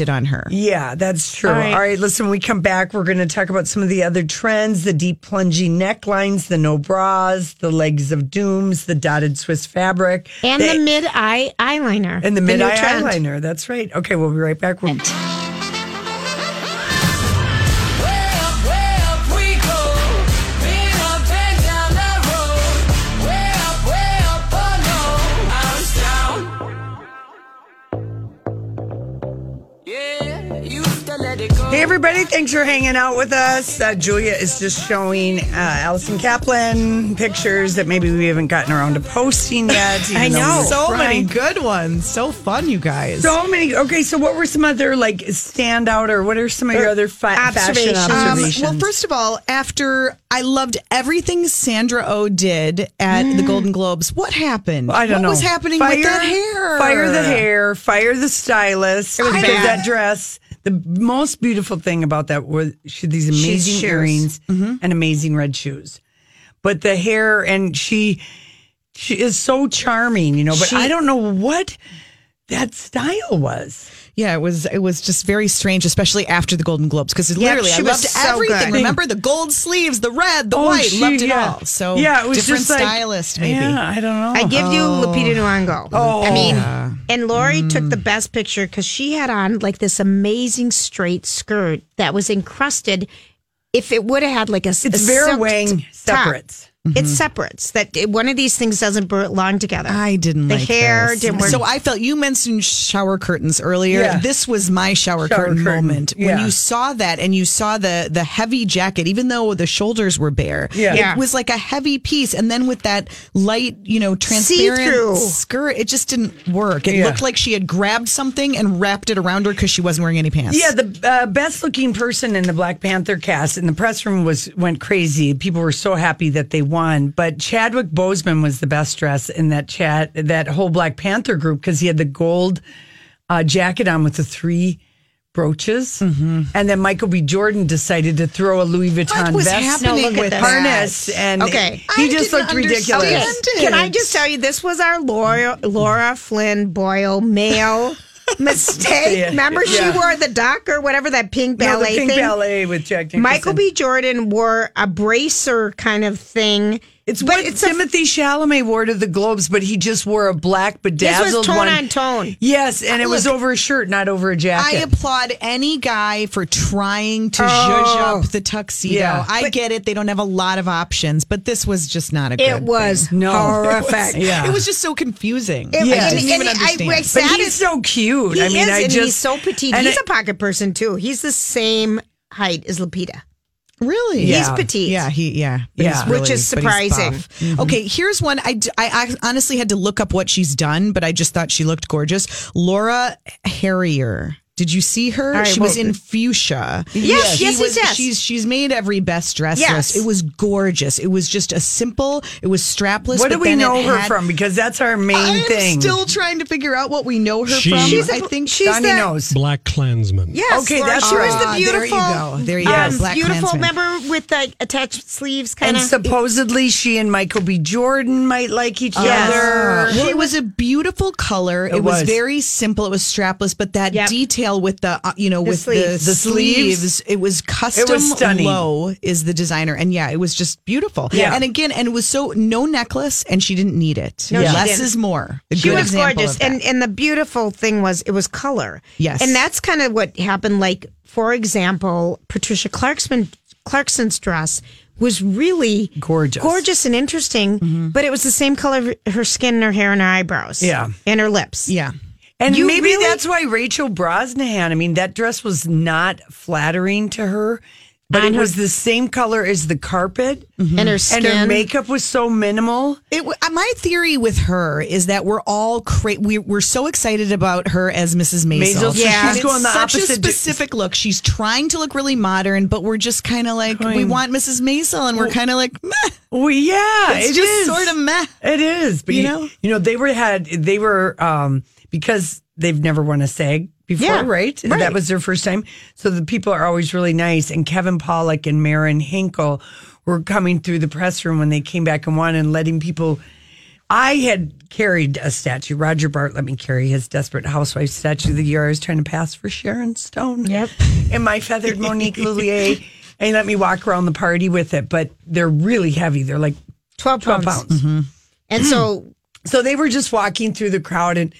Speaker 9: it on her.
Speaker 3: Yeah, that's true. All right. listen, when we come back, we're going to talk about some of the other trends the deep plunging necklines, the no bras, the legs of dooms, the dotted Swiss fabric,
Speaker 2: And the mid eye eyeliner.
Speaker 3: and the
Speaker 2: new
Speaker 3: mid eye
Speaker 2: trend.
Speaker 3: eyeliner. That's right. Okay, we'll be right back. We're- Hey, everybody, thanks for hanging out with us. Uh, Julia is just showing uh, Allison Kaplan pictures that maybe we haven't gotten around to posting yet. even though we were
Speaker 9: So many
Speaker 3: trying.
Speaker 9: good ones. So fun, you guys.
Speaker 3: So many. Okay, so what were some other like standout, or what are some of your other fa-
Speaker 2: Observations.
Speaker 3: fashion
Speaker 2: Um,
Speaker 9: Uh, Um,
Speaker 3: observations?
Speaker 9: well, first of all, after I loved everything Sandra O oh did at the Golden Globes, what happened?
Speaker 3: Mm. I don't
Speaker 9: what
Speaker 3: know.
Speaker 9: was happening
Speaker 3: fire,
Speaker 9: with that hair?
Speaker 3: Fire the hair. Fire the stylist.
Speaker 9: was
Speaker 3: I
Speaker 9: bad.
Speaker 3: love that dress. The most beautiful thing about that was she had these
Speaker 2: She's
Speaker 3: amazing
Speaker 2: shoes.
Speaker 3: earrings
Speaker 9: Mm-hmm.
Speaker 3: and amazing red shoes. But the hair and she she is so charming, you know. But
Speaker 2: She-
Speaker 3: I don't know what that style was.
Speaker 9: Yeah, it was it was just very strange, especially after the Golden Globes, because
Speaker 3: Yep,
Speaker 9: literally
Speaker 3: she
Speaker 9: I
Speaker 3: was
Speaker 9: loved
Speaker 3: so
Speaker 9: everything.
Speaker 3: good.
Speaker 9: Remember the gold sleeves, the red, the
Speaker 3: Oh,
Speaker 9: white,
Speaker 3: she-
Speaker 9: loved it
Speaker 3: yeah.
Speaker 9: all. So
Speaker 3: Yeah, it was
Speaker 9: different
Speaker 3: just like-
Speaker 9: stylist, maybe.
Speaker 3: yeah, I don't know.
Speaker 2: I give you Lupita Nyong'o.
Speaker 3: Oh.
Speaker 2: I
Speaker 3: Mm.
Speaker 2: mean, and Lori took the best picture because she had on like this amazing straight skirt that was encrusted. If it would have had like a, it's
Speaker 3: Vera Wang separates.
Speaker 2: It separates that it, one of these things doesn't belong together.
Speaker 9: I didn't
Speaker 2: The
Speaker 9: like
Speaker 2: hair
Speaker 9: this.
Speaker 2: didn't work.
Speaker 9: So I felt you mentioned shower curtains earlier.
Speaker 2: Yeah.
Speaker 9: This was my shower,
Speaker 2: Shower
Speaker 9: curtain,
Speaker 2: curtain,
Speaker 9: moment.
Speaker 2: yeah.
Speaker 9: When you saw that and you saw the the heavy jacket, even though the shoulders were bare,
Speaker 3: Yeah.
Speaker 9: it
Speaker 3: Yeah.
Speaker 9: was like a heavy piece. And then with that light, you know, transparent
Speaker 2: See-through.
Speaker 9: skirt, it just didn't work. It
Speaker 3: Yeah.
Speaker 9: looked like she had grabbed something and wrapped it around her because she wasn't wearing any pants.
Speaker 3: Yeah, the uh, best looking person in the Black Panther cast in the press room was went crazy. People were so happy that they won, but Chadwick Boseman was the best dressed in that chat that whole Black Panther group because he had the gold uh, jacket on with the three brooches, and then Michael B. Jordan decided to throw a Louis Vuitton
Speaker 9: Mm-hmm. What was
Speaker 3: vest
Speaker 9: happening No, look at with this.
Speaker 3: harness,
Speaker 9: that?
Speaker 3: and
Speaker 2: Okay.
Speaker 3: he
Speaker 9: I
Speaker 3: just
Speaker 9: didn't
Speaker 3: looked ridiculous.
Speaker 2: Okay. Can I just tell you, this was our Laura, Laura Flynn Boyle male mistake.
Speaker 3: Yeah.
Speaker 2: Remember,
Speaker 3: Yeah.
Speaker 2: she wore the duck or whatever that pink
Speaker 3: No,
Speaker 2: ballet
Speaker 3: the pink
Speaker 2: thing.
Speaker 3: ballet with Jack Nicholson.
Speaker 2: Michael B. Jordan wore a bracer kind of thing.
Speaker 3: It's what Timothy Chalamet wore to the Globes, but he just wore a black
Speaker 2: This
Speaker 3: bedazzled
Speaker 2: was tone
Speaker 3: one.
Speaker 2: on tone.
Speaker 3: Yes, and it was over a shirt, not over a
Speaker 9: I
Speaker 3: jacket.
Speaker 9: applaud any guy for trying to
Speaker 3: Oh.
Speaker 9: zhuzh up the tuxedo.
Speaker 3: Yeah.
Speaker 9: I get it; they don't have a lot of options, but this was just not a. good
Speaker 2: It was
Speaker 9: thing.
Speaker 2: horrific.
Speaker 9: It was,
Speaker 3: Yeah.
Speaker 9: it was just so confusing.
Speaker 2: It-
Speaker 9: I
Speaker 2: and-
Speaker 9: didn't
Speaker 2: and
Speaker 9: even
Speaker 2: I-
Speaker 9: understand.
Speaker 2: I
Speaker 3: but
Speaker 2: said
Speaker 3: he's
Speaker 2: it's-
Speaker 3: so cute.
Speaker 2: He
Speaker 3: I mean,
Speaker 2: is,
Speaker 3: I
Speaker 2: and
Speaker 3: just
Speaker 2: he's so petite.
Speaker 3: and
Speaker 2: He's
Speaker 3: I-
Speaker 2: a pocket person too. He's the same height as Lupita.
Speaker 9: Really?
Speaker 2: He's petite.
Speaker 9: Yeah, he yeah, but
Speaker 3: Yeah.
Speaker 9: he's
Speaker 2: Which is
Speaker 9: but he's
Speaker 2: surprising.
Speaker 9: buff. Mm-hmm. Okay, here's one. I, d- I- I honestly had to look up what she's done, but I just thought she looked gorgeous. Laura Harrier. Did you see her?
Speaker 2: All right,
Speaker 9: she was
Speaker 2: well-
Speaker 9: in fuchsia.
Speaker 2: Yes,
Speaker 9: She
Speaker 2: yes,
Speaker 9: was-
Speaker 2: yes, yes.
Speaker 9: She's she's made every best dress
Speaker 2: Yes.
Speaker 9: list. It was gorgeous. It was just a simple. It was strapless.
Speaker 3: what do
Speaker 9: but
Speaker 3: we
Speaker 9: then it
Speaker 3: know her
Speaker 9: had-
Speaker 3: from? Because that's our main
Speaker 9: I'm
Speaker 3: thing.
Speaker 9: still trying to figure out what we know her
Speaker 1: She-
Speaker 9: from.
Speaker 1: She's
Speaker 9: I think
Speaker 3: Donnie knows.
Speaker 1: Black Klansman.
Speaker 2: Yes,
Speaker 3: Okay,
Speaker 2: Laura,
Speaker 3: that's
Speaker 2: she was
Speaker 3: right.
Speaker 2: the
Speaker 9: Ah,
Speaker 2: beautiful,
Speaker 9: there you go. There you go.
Speaker 2: um,
Speaker 9: Black
Speaker 2: beautiful.
Speaker 9: Klansman.
Speaker 2: Remember with the attached sleeves, kind
Speaker 3: and
Speaker 2: of.
Speaker 3: supposedly she and Michael B. Jordan might like each
Speaker 2: Yes.
Speaker 3: other.
Speaker 9: Well, it was a beautiful color. It,
Speaker 3: It was.
Speaker 9: was. very simple. It was strapless, but that
Speaker 2: Yep.
Speaker 9: detail with the uh, you know with
Speaker 2: sleeves.
Speaker 9: the,
Speaker 3: The sleeves.
Speaker 9: sleeves, it was custom.
Speaker 3: stunning.
Speaker 9: Low is the designer, and yeah, it was just beautiful.
Speaker 3: Yeah.
Speaker 9: and again, and it was so no necklace, and she didn't need it.
Speaker 2: No, she
Speaker 9: less
Speaker 2: didn't.
Speaker 9: is more. A
Speaker 2: she
Speaker 9: good
Speaker 2: was
Speaker 9: example
Speaker 2: gorgeous,
Speaker 9: of that.
Speaker 2: and and the beautiful thing was it was color.
Speaker 9: Yes.
Speaker 2: and that's kind of what happened. Like for example, Patricia Clarkson Clarkson's dress was really
Speaker 3: Gorgeous.
Speaker 2: gorgeous and interesting,
Speaker 9: Mm-hmm.
Speaker 2: but it was the same color of her skin, and her hair, and her eyebrows.
Speaker 3: Yeah.
Speaker 2: and her lips.
Speaker 9: yeah.
Speaker 3: And
Speaker 2: You
Speaker 3: maybe
Speaker 2: really-
Speaker 3: that's why Rachel Brosnahan, I mean, that dress was not flattering to her, but
Speaker 2: On
Speaker 3: it
Speaker 2: her- Mm-hmm.
Speaker 3: was the same color as the carpet.
Speaker 2: and her skin.
Speaker 3: And her makeup was so minimal.
Speaker 9: It, w- uh, my theory with her is that we're all cra- we, we're so excited about her as Mrs. Maisel.
Speaker 3: Maisel, so
Speaker 2: Yeah. she's
Speaker 9: And
Speaker 3: going
Speaker 9: it's
Speaker 3: the
Speaker 9: such
Speaker 3: opposite
Speaker 9: a
Speaker 3: di-
Speaker 9: specific look. She's trying to look really modern, but we're just kind of like we
Speaker 3: Going-
Speaker 9: want Mrs. Maisel, and we're kind of like meh.
Speaker 3: Well, yeah,
Speaker 9: It's
Speaker 3: it
Speaker 9: just
Speaker 3: is.
Speaker 9: sorta meh.
Speaker 3: It is, but
Speaker 9: You
Speaker 3: you,
Speaker 9: know?
Speaker 3: know, you know, they were had they were um because they've never won a SAG before,
Speaker 2: Yeah,
Speaker 3: right?
Speaker 2: right.
Speaker 3: That was their first time. So the people are always really nice, and Kevin Pollock and Marin Hinkle were coming through the press room when they came back and won, and letting people. I had carried a statue. Roger Bart let me carry his Desperate Housewives statue the year I was trying to pass for Sharon Stone. Yep. And my feathered Monique Lullier. And he let me walk around the party with it, but they're really heavy. They're like
Speaker 2: 12
Speaker 3: 12
Speaker 2: pounds.
Speaker 3: pounds.
Speaker 9: Mm-hmm.
Speaker 2: And so
Speaker 3: So they were just walking through the crowd and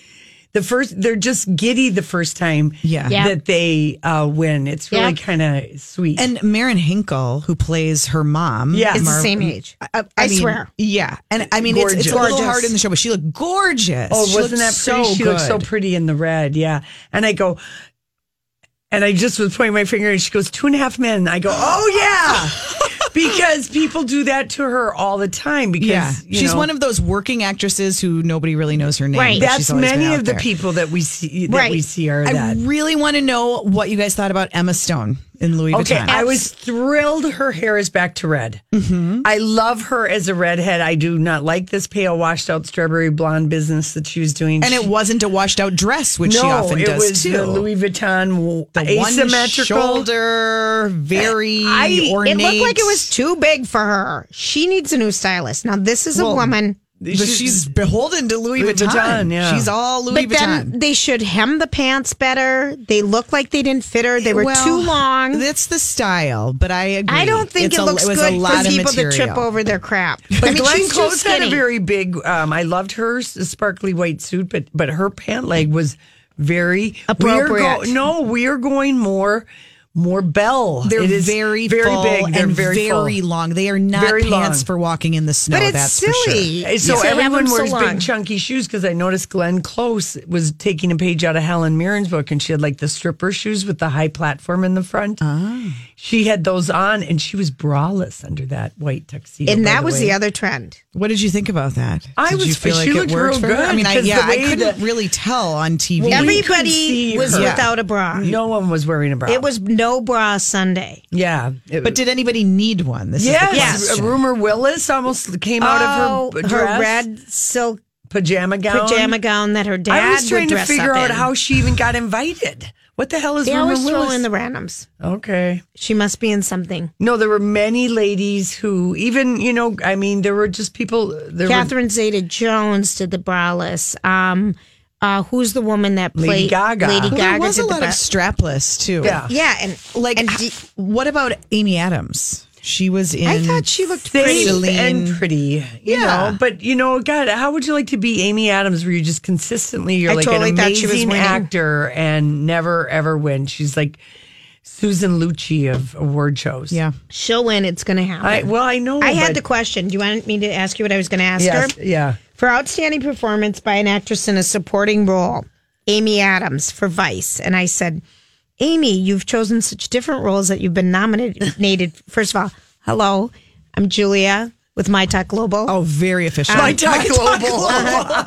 Speaker 3: the first they're just giddy the first time
Speaker 9: Yeah.
Speaker 2: Yeah.
Speaker 3: that they uh, win. It's really
Speaker 2: Yeah.
Speaker 3: kind of sweet.
Speaker 9: And Marin Hinkle, who plays her mom,
Speaker 3: Yeah.
Speaker 2: it's
Speaker 3: Mar-
Speaker 2: the same age.
Speaker 9: I, I
Speaker 2: I
Speaker 9: mean,
Speaker 2: swear.
Speaker 9: Yeah, and I mean, it's, it's a little
Speaker 3: Gorgeous.
Speaker 9: hard in the show, but she looked gorgeous.
Speaker 3: oh,
Speaker 9: She
Speaker 3: wasn't
Speaker 9: looked
Speaker 3: that pretty?
Speaker 9: So
Speaker 3: she
Speaker 9: good.
Speaker 3: looked so pretty in the red, yeah. And I go and I just was pointing my finger and she goes, two and a half men. I go, Oh yeah. because people do that to her all the time because
Speaker 9: Yeah,
Speaker 3: you
Speaker 9: she's
Speaker 3: know,
Speaker 9: one of those working actresses who nobody really knows her name.
Speaker 2: Right.
Speaker 9: but she's
Speaker 3: that's
Speaker 9: always been
Speaker 3: many
Speaker 9: out
Speaker 3: of the
Speaker 9: there.
Speaker 3: people that we see that
Speaker 2: Right.
Speaker 3: we see are
Speaker 9: I
Speaker 3: that.
Speaker 9: really want to know what you guys thought about Emma Stone in Louis
Speaker 3: Okay,
Speaker 9: Vuitton.
Speaker 3: I was thrilled her hair is back to red.
Speaker 9: Mm-hmm.
Speaker 3: I love her as a redhead. I do not like this pale, washed out strawberry blonde business that she was doing.
Speaker 9: and it
Speaker 3: She-
Speaker 9: wasn't a washed out dress, which
Speaker 3: no,
Speaker 9: she often
Speaker 3: it
Speaker 9: does
Speaker 3: was
Speaker 9: too.
Speaker 3: the Louis Vuitton
Speaker 9: The
Speaker 3: w- asymmetrical.
Speaker 9: one shoulder, very
Speaker 2: I,
Speaker 9: ornate.
Speaker 2: It looked like it was too big for her. She needs a new stylist. Now, this is a
Speaker 9: Well,
Speaker 2: woman
Speaker 9: But she's, beholden to Louis,
Speaker 3: Louis
Speaker 9: Vuitton.
Speaker 3: Vuitton, yeah.
Speaker 9: She's all Louis
Speaker 2: but
Speaker 9: Vuitton.
Speaker 2: then they should hem the pants better. They look like they didn't fit her. They were
Speaker 9: Well,
Speaker 2: too long.
Speaker 9: That's the style, but I agree.
Speaker 2: I don't think
Speaker 9: It's
Speaker 2: it
Speaker 9: a-
Speaker 2: looks
Speaker 9: was
Speaker 2: good for
Speaker 9: of
Speaker 2: people to trip
Speaker 9: material.
Speaker 2: over their crap.
Speaker 3: But
Speaker 2: I mean,
Speaker 3: Glenn
Speaker 2: she's too
Speaker 3: Close had a
Speaker 2: skinny.
Speaker 3: very big. Um, I loved her s- sparkly white suit, but but her pant leg was very
Speaker 9: Appropriate.
Speaker 3: We're go- no, we are going more more Bell.
Speaker 9: They're
Speaker 3: It is
Speaker 9: very,
Speaker 3: very
Speaker 9: full
Speaker 3: big. They're
Speaker 9: and
Speaker 3: very,
Speaker 9: very
Speaker 3: full.
Speaker 9: long. They are not
Speaker 3: Very
Speaker 9: pants
Speaker 3: long.
Speaker 9: for walking in the snow.
Speaker 2: But it's
Speaker 9: that's for sure.
Speaker 2: silly.
Speaker 3: And So
Speaker 2: Yeah. To have
Speaker 3: everyone
Speaker 2: them so
Speaker 3: wears
Speaker 2: long.
Speaker 3: big chunky shoes because I noticed Glenn Close was taking a page out of Helen Mirren's book, and she had like the stripper shoes with the high platform in the front.
Speaker 2: Ah.
Speaker 3: She had those on, and she was braless under that white tuxedo.
Speaker 2: and
Speaker 3: Oh, by
Speaker 2: that
Speaker 3: the
Speaker 2: was
Speaker 3: way.
Speaker 2: the other trend.
Speaker 9: What did you think about that?
Speaker 3: I
Speaker 9: did
Speaker 3: was-
Speaker 9: you feel
Speaker 3: she
Speaker 9: like it
Speaker 3: looked
Speaker 9: worked
Speaker 3: real
Speaker 9: for her? I
Speaker 3: good,
Speaker 9: mean, I,
Speaker 3: 'cause the
Speaker 9: yeah, I
Speaker 3: way
Speaker 9: couldn't
Speaker 3: that-
Speaker 9: really tell on TV.
Speaker 3: Well, we couldn't
Speaker 2: Everybody
Speaker 3: see
Speaker 2: was
Speaker 3: her.
Speaker 2: without a bra.
Speaker 3: No one was wearing a bra.
Speaker 2: It was no bra Sunday.
Speaker 3: yeah, it
Speaker 9: but did anybody need one? This
Speaker 3: Yes,
Speaker 9: is the
Speaker 3: a
Speaker 9: question.
Speaker 3: rumor Willis almost came out of her b-
Speaker 2: Oh,
Speaker 3: dress,
Speaker 2: red silk
Speaker 3: pajama gown.
Speaker 2: pajama gown that her dad
Speaker 3: I was trying
Speaker 2: would
Speaker 3: to
Speaker 2: dress
Speaker 3: figure
Speaker 2: up
Speaker 3: out
Speaker 2: in.
Speaker 3: how she even got invited. What the hell is
Speaker 2: they
Speaker 3: rumor
Speaker 2: always throw
Speaker 3: Willis?
Speaker 2: in the randoms.
Speaker 3: okay.
Speaker 2: She must be in something.
Speaker 3: No, there were many ladies who even you know. I mean, there were just people. There
Speaker 2: Catherine Zeta-Jones did the braless. Um, uh, who's the woman that played
Speaker 3: Lady Gaga.
Speaker 2: Lady
Speaker 3: Well,
Speaker 9: Well,
Speaker 2: Gaga
Speaker 9: there was a
Speaker 2: did
Speaker 9: lot
Speaker 2: the
Speaker 9: of
Speaker 2: bra-
Speaker 9: strapless too.
Speaker 3: Yeah.
Speaker 2: yeah, and
Speaker 9: Like,
Speaker 2: and
Speaker 9: h-
Speaker 2: d-
Speaker 9: what about Amy Adams? She was in.
Speaker 2: I thought she
Speaker 3: were
Speaker 2: looked
Speaker 3: safe
Speaker 2: pretty.
Speaker 9: Celine.
Speaker 3: and pretty. You
Speaker 9: Yeah.
Speaker 3: know, but you know, God, how would you like to be Amy Adams, where you just consistently you're
Speaker 2: I
Speaker 3: like
Speaker 2: totally
Speaker 3: an
Speaker 2: thought she was
Speaker 3: amazing
Speaker 2: winning.
Speaker 3: actor and never ever win? She's like Susan Lucci of award shows.
Speaker 9: Yeah.
Speaker 2: She'll win. It's going to happen.
Speaker 3: I well, I know.
Speaker 2: I had
Speaker 3: but-
Speaker 2: the question. Do you want me to ask you what I was going to ask
Speaker 3: Yes,
Speaker 2: her?
Speaker 3: yeah.
Speaker 2: For outstanding performance by an actress in a supporting role, Amy Adams for Vice. And I said, Amy, you've chosen such different roles that you've been nominated. First of all, hello, I'm Julia with My Talk Global.
Speaker 9: Oh, very official.
Speaker 2: My
Speaker 9: Talk Global.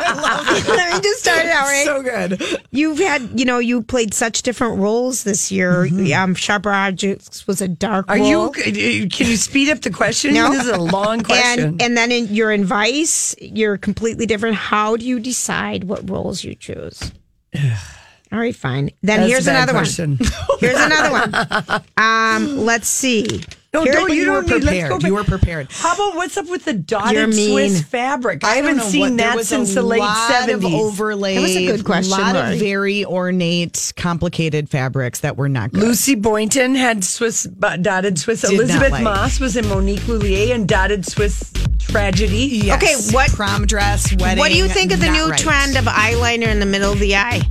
Speaker 2: Let me just start it out, right?
Speaker 9: so good.
Speaker 2: You've had, you know, you played such different roles this year. Um, Sharper Objects was a dark
Speaker 3: Mm-hmm. Are
Speaker 2: role.
Speaker 3: you? Can you speed up the question?
Speaker 2: No.
Speaker 3: This is a long question.
Speaker 2: And, and then in, you're in Vice, you're completely different. How do you decide what roles you choose? All right, fine. Then
Speaker 3: That's a
Speaker 2: here's
Speaker 3: bad
Speaker 2: another
Speaker 3: question.
Speaker 2: one. Here's another one. Um, let's see.
Speaker 3: No,
Speaker 2: Here's-
Speaker 3: don't- you
Speaker 9: were
Speaker 3: don't need- let's go
Speaker 9: prepared.
Speaker 3: back.
Speaker 9: You were prepared.
Speaker 3: How about what's up with the
Speaker 2: You're
Speaker 3: dotted
Speaker 2: mean.
Speaker 3: Swiss fabric? I,
Speaker 9: don't
Speaker 3: haven't
Speaker 9: know
Speaker 3: seen
Speaker 9: what- there
Speaker 3: that
Speaker 9: was
Speaker 3: since
Speaker 9: a
Speaker 3: the late
Speaker 9: lot of
Speaker 3: seventies.
Speaker 9: Overlay.
Speaker 2: That was a good question,
Speaker 9: A lot
Speaker 2: Lori.
Speaker 9: of very ornate, complicated fabrics that were not good.
Speaker 3: Lucy Boynton had Swiss bu- dotted Swiss.
Speaker 9: Did not
Speaker 3: Elizabeth
Speaker 9: like.
Speaker 3: Moss was in Monique Lullier and dotted Swiss tragedy.
Speaker 9: Yes.
Speaker 2: Okay, what-
Speaker 9: prom dress wedding?
Speaker 2: What do you think of the
Speaker 9: not
Speaker 2: new
Speaker 9: right.
Speaker 2: trend of eyeliner in the middle of the eye?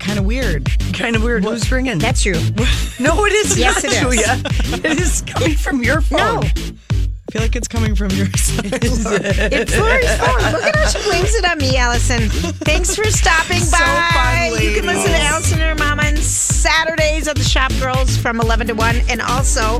Speaker 9: Kind of weird.
Speaker 3: Kind of weird. Who's ringing?
Speaker 2: That's you.
Speaker 3: no, it is
Speaker 2: Yes,
Speaker 3: not,
Speaker 2: it is.
Speaker 3: Julia. It is coming from your phone.
Speaker 2: No,
Speaker 9: I feel like it's coming from your side.
Speaker 2: it's Lori's phone. Look at how she blames it on me, Allison. Thanks for stopping
Speaker 9: So
Speaker 2: by.
Speaker 9: fun,
Speaker 2: you can listen to
Speaker 9: ladies.
Speaker 2: Allison and her mom on Saturdays at the Shop Girls from 11 to 1 and also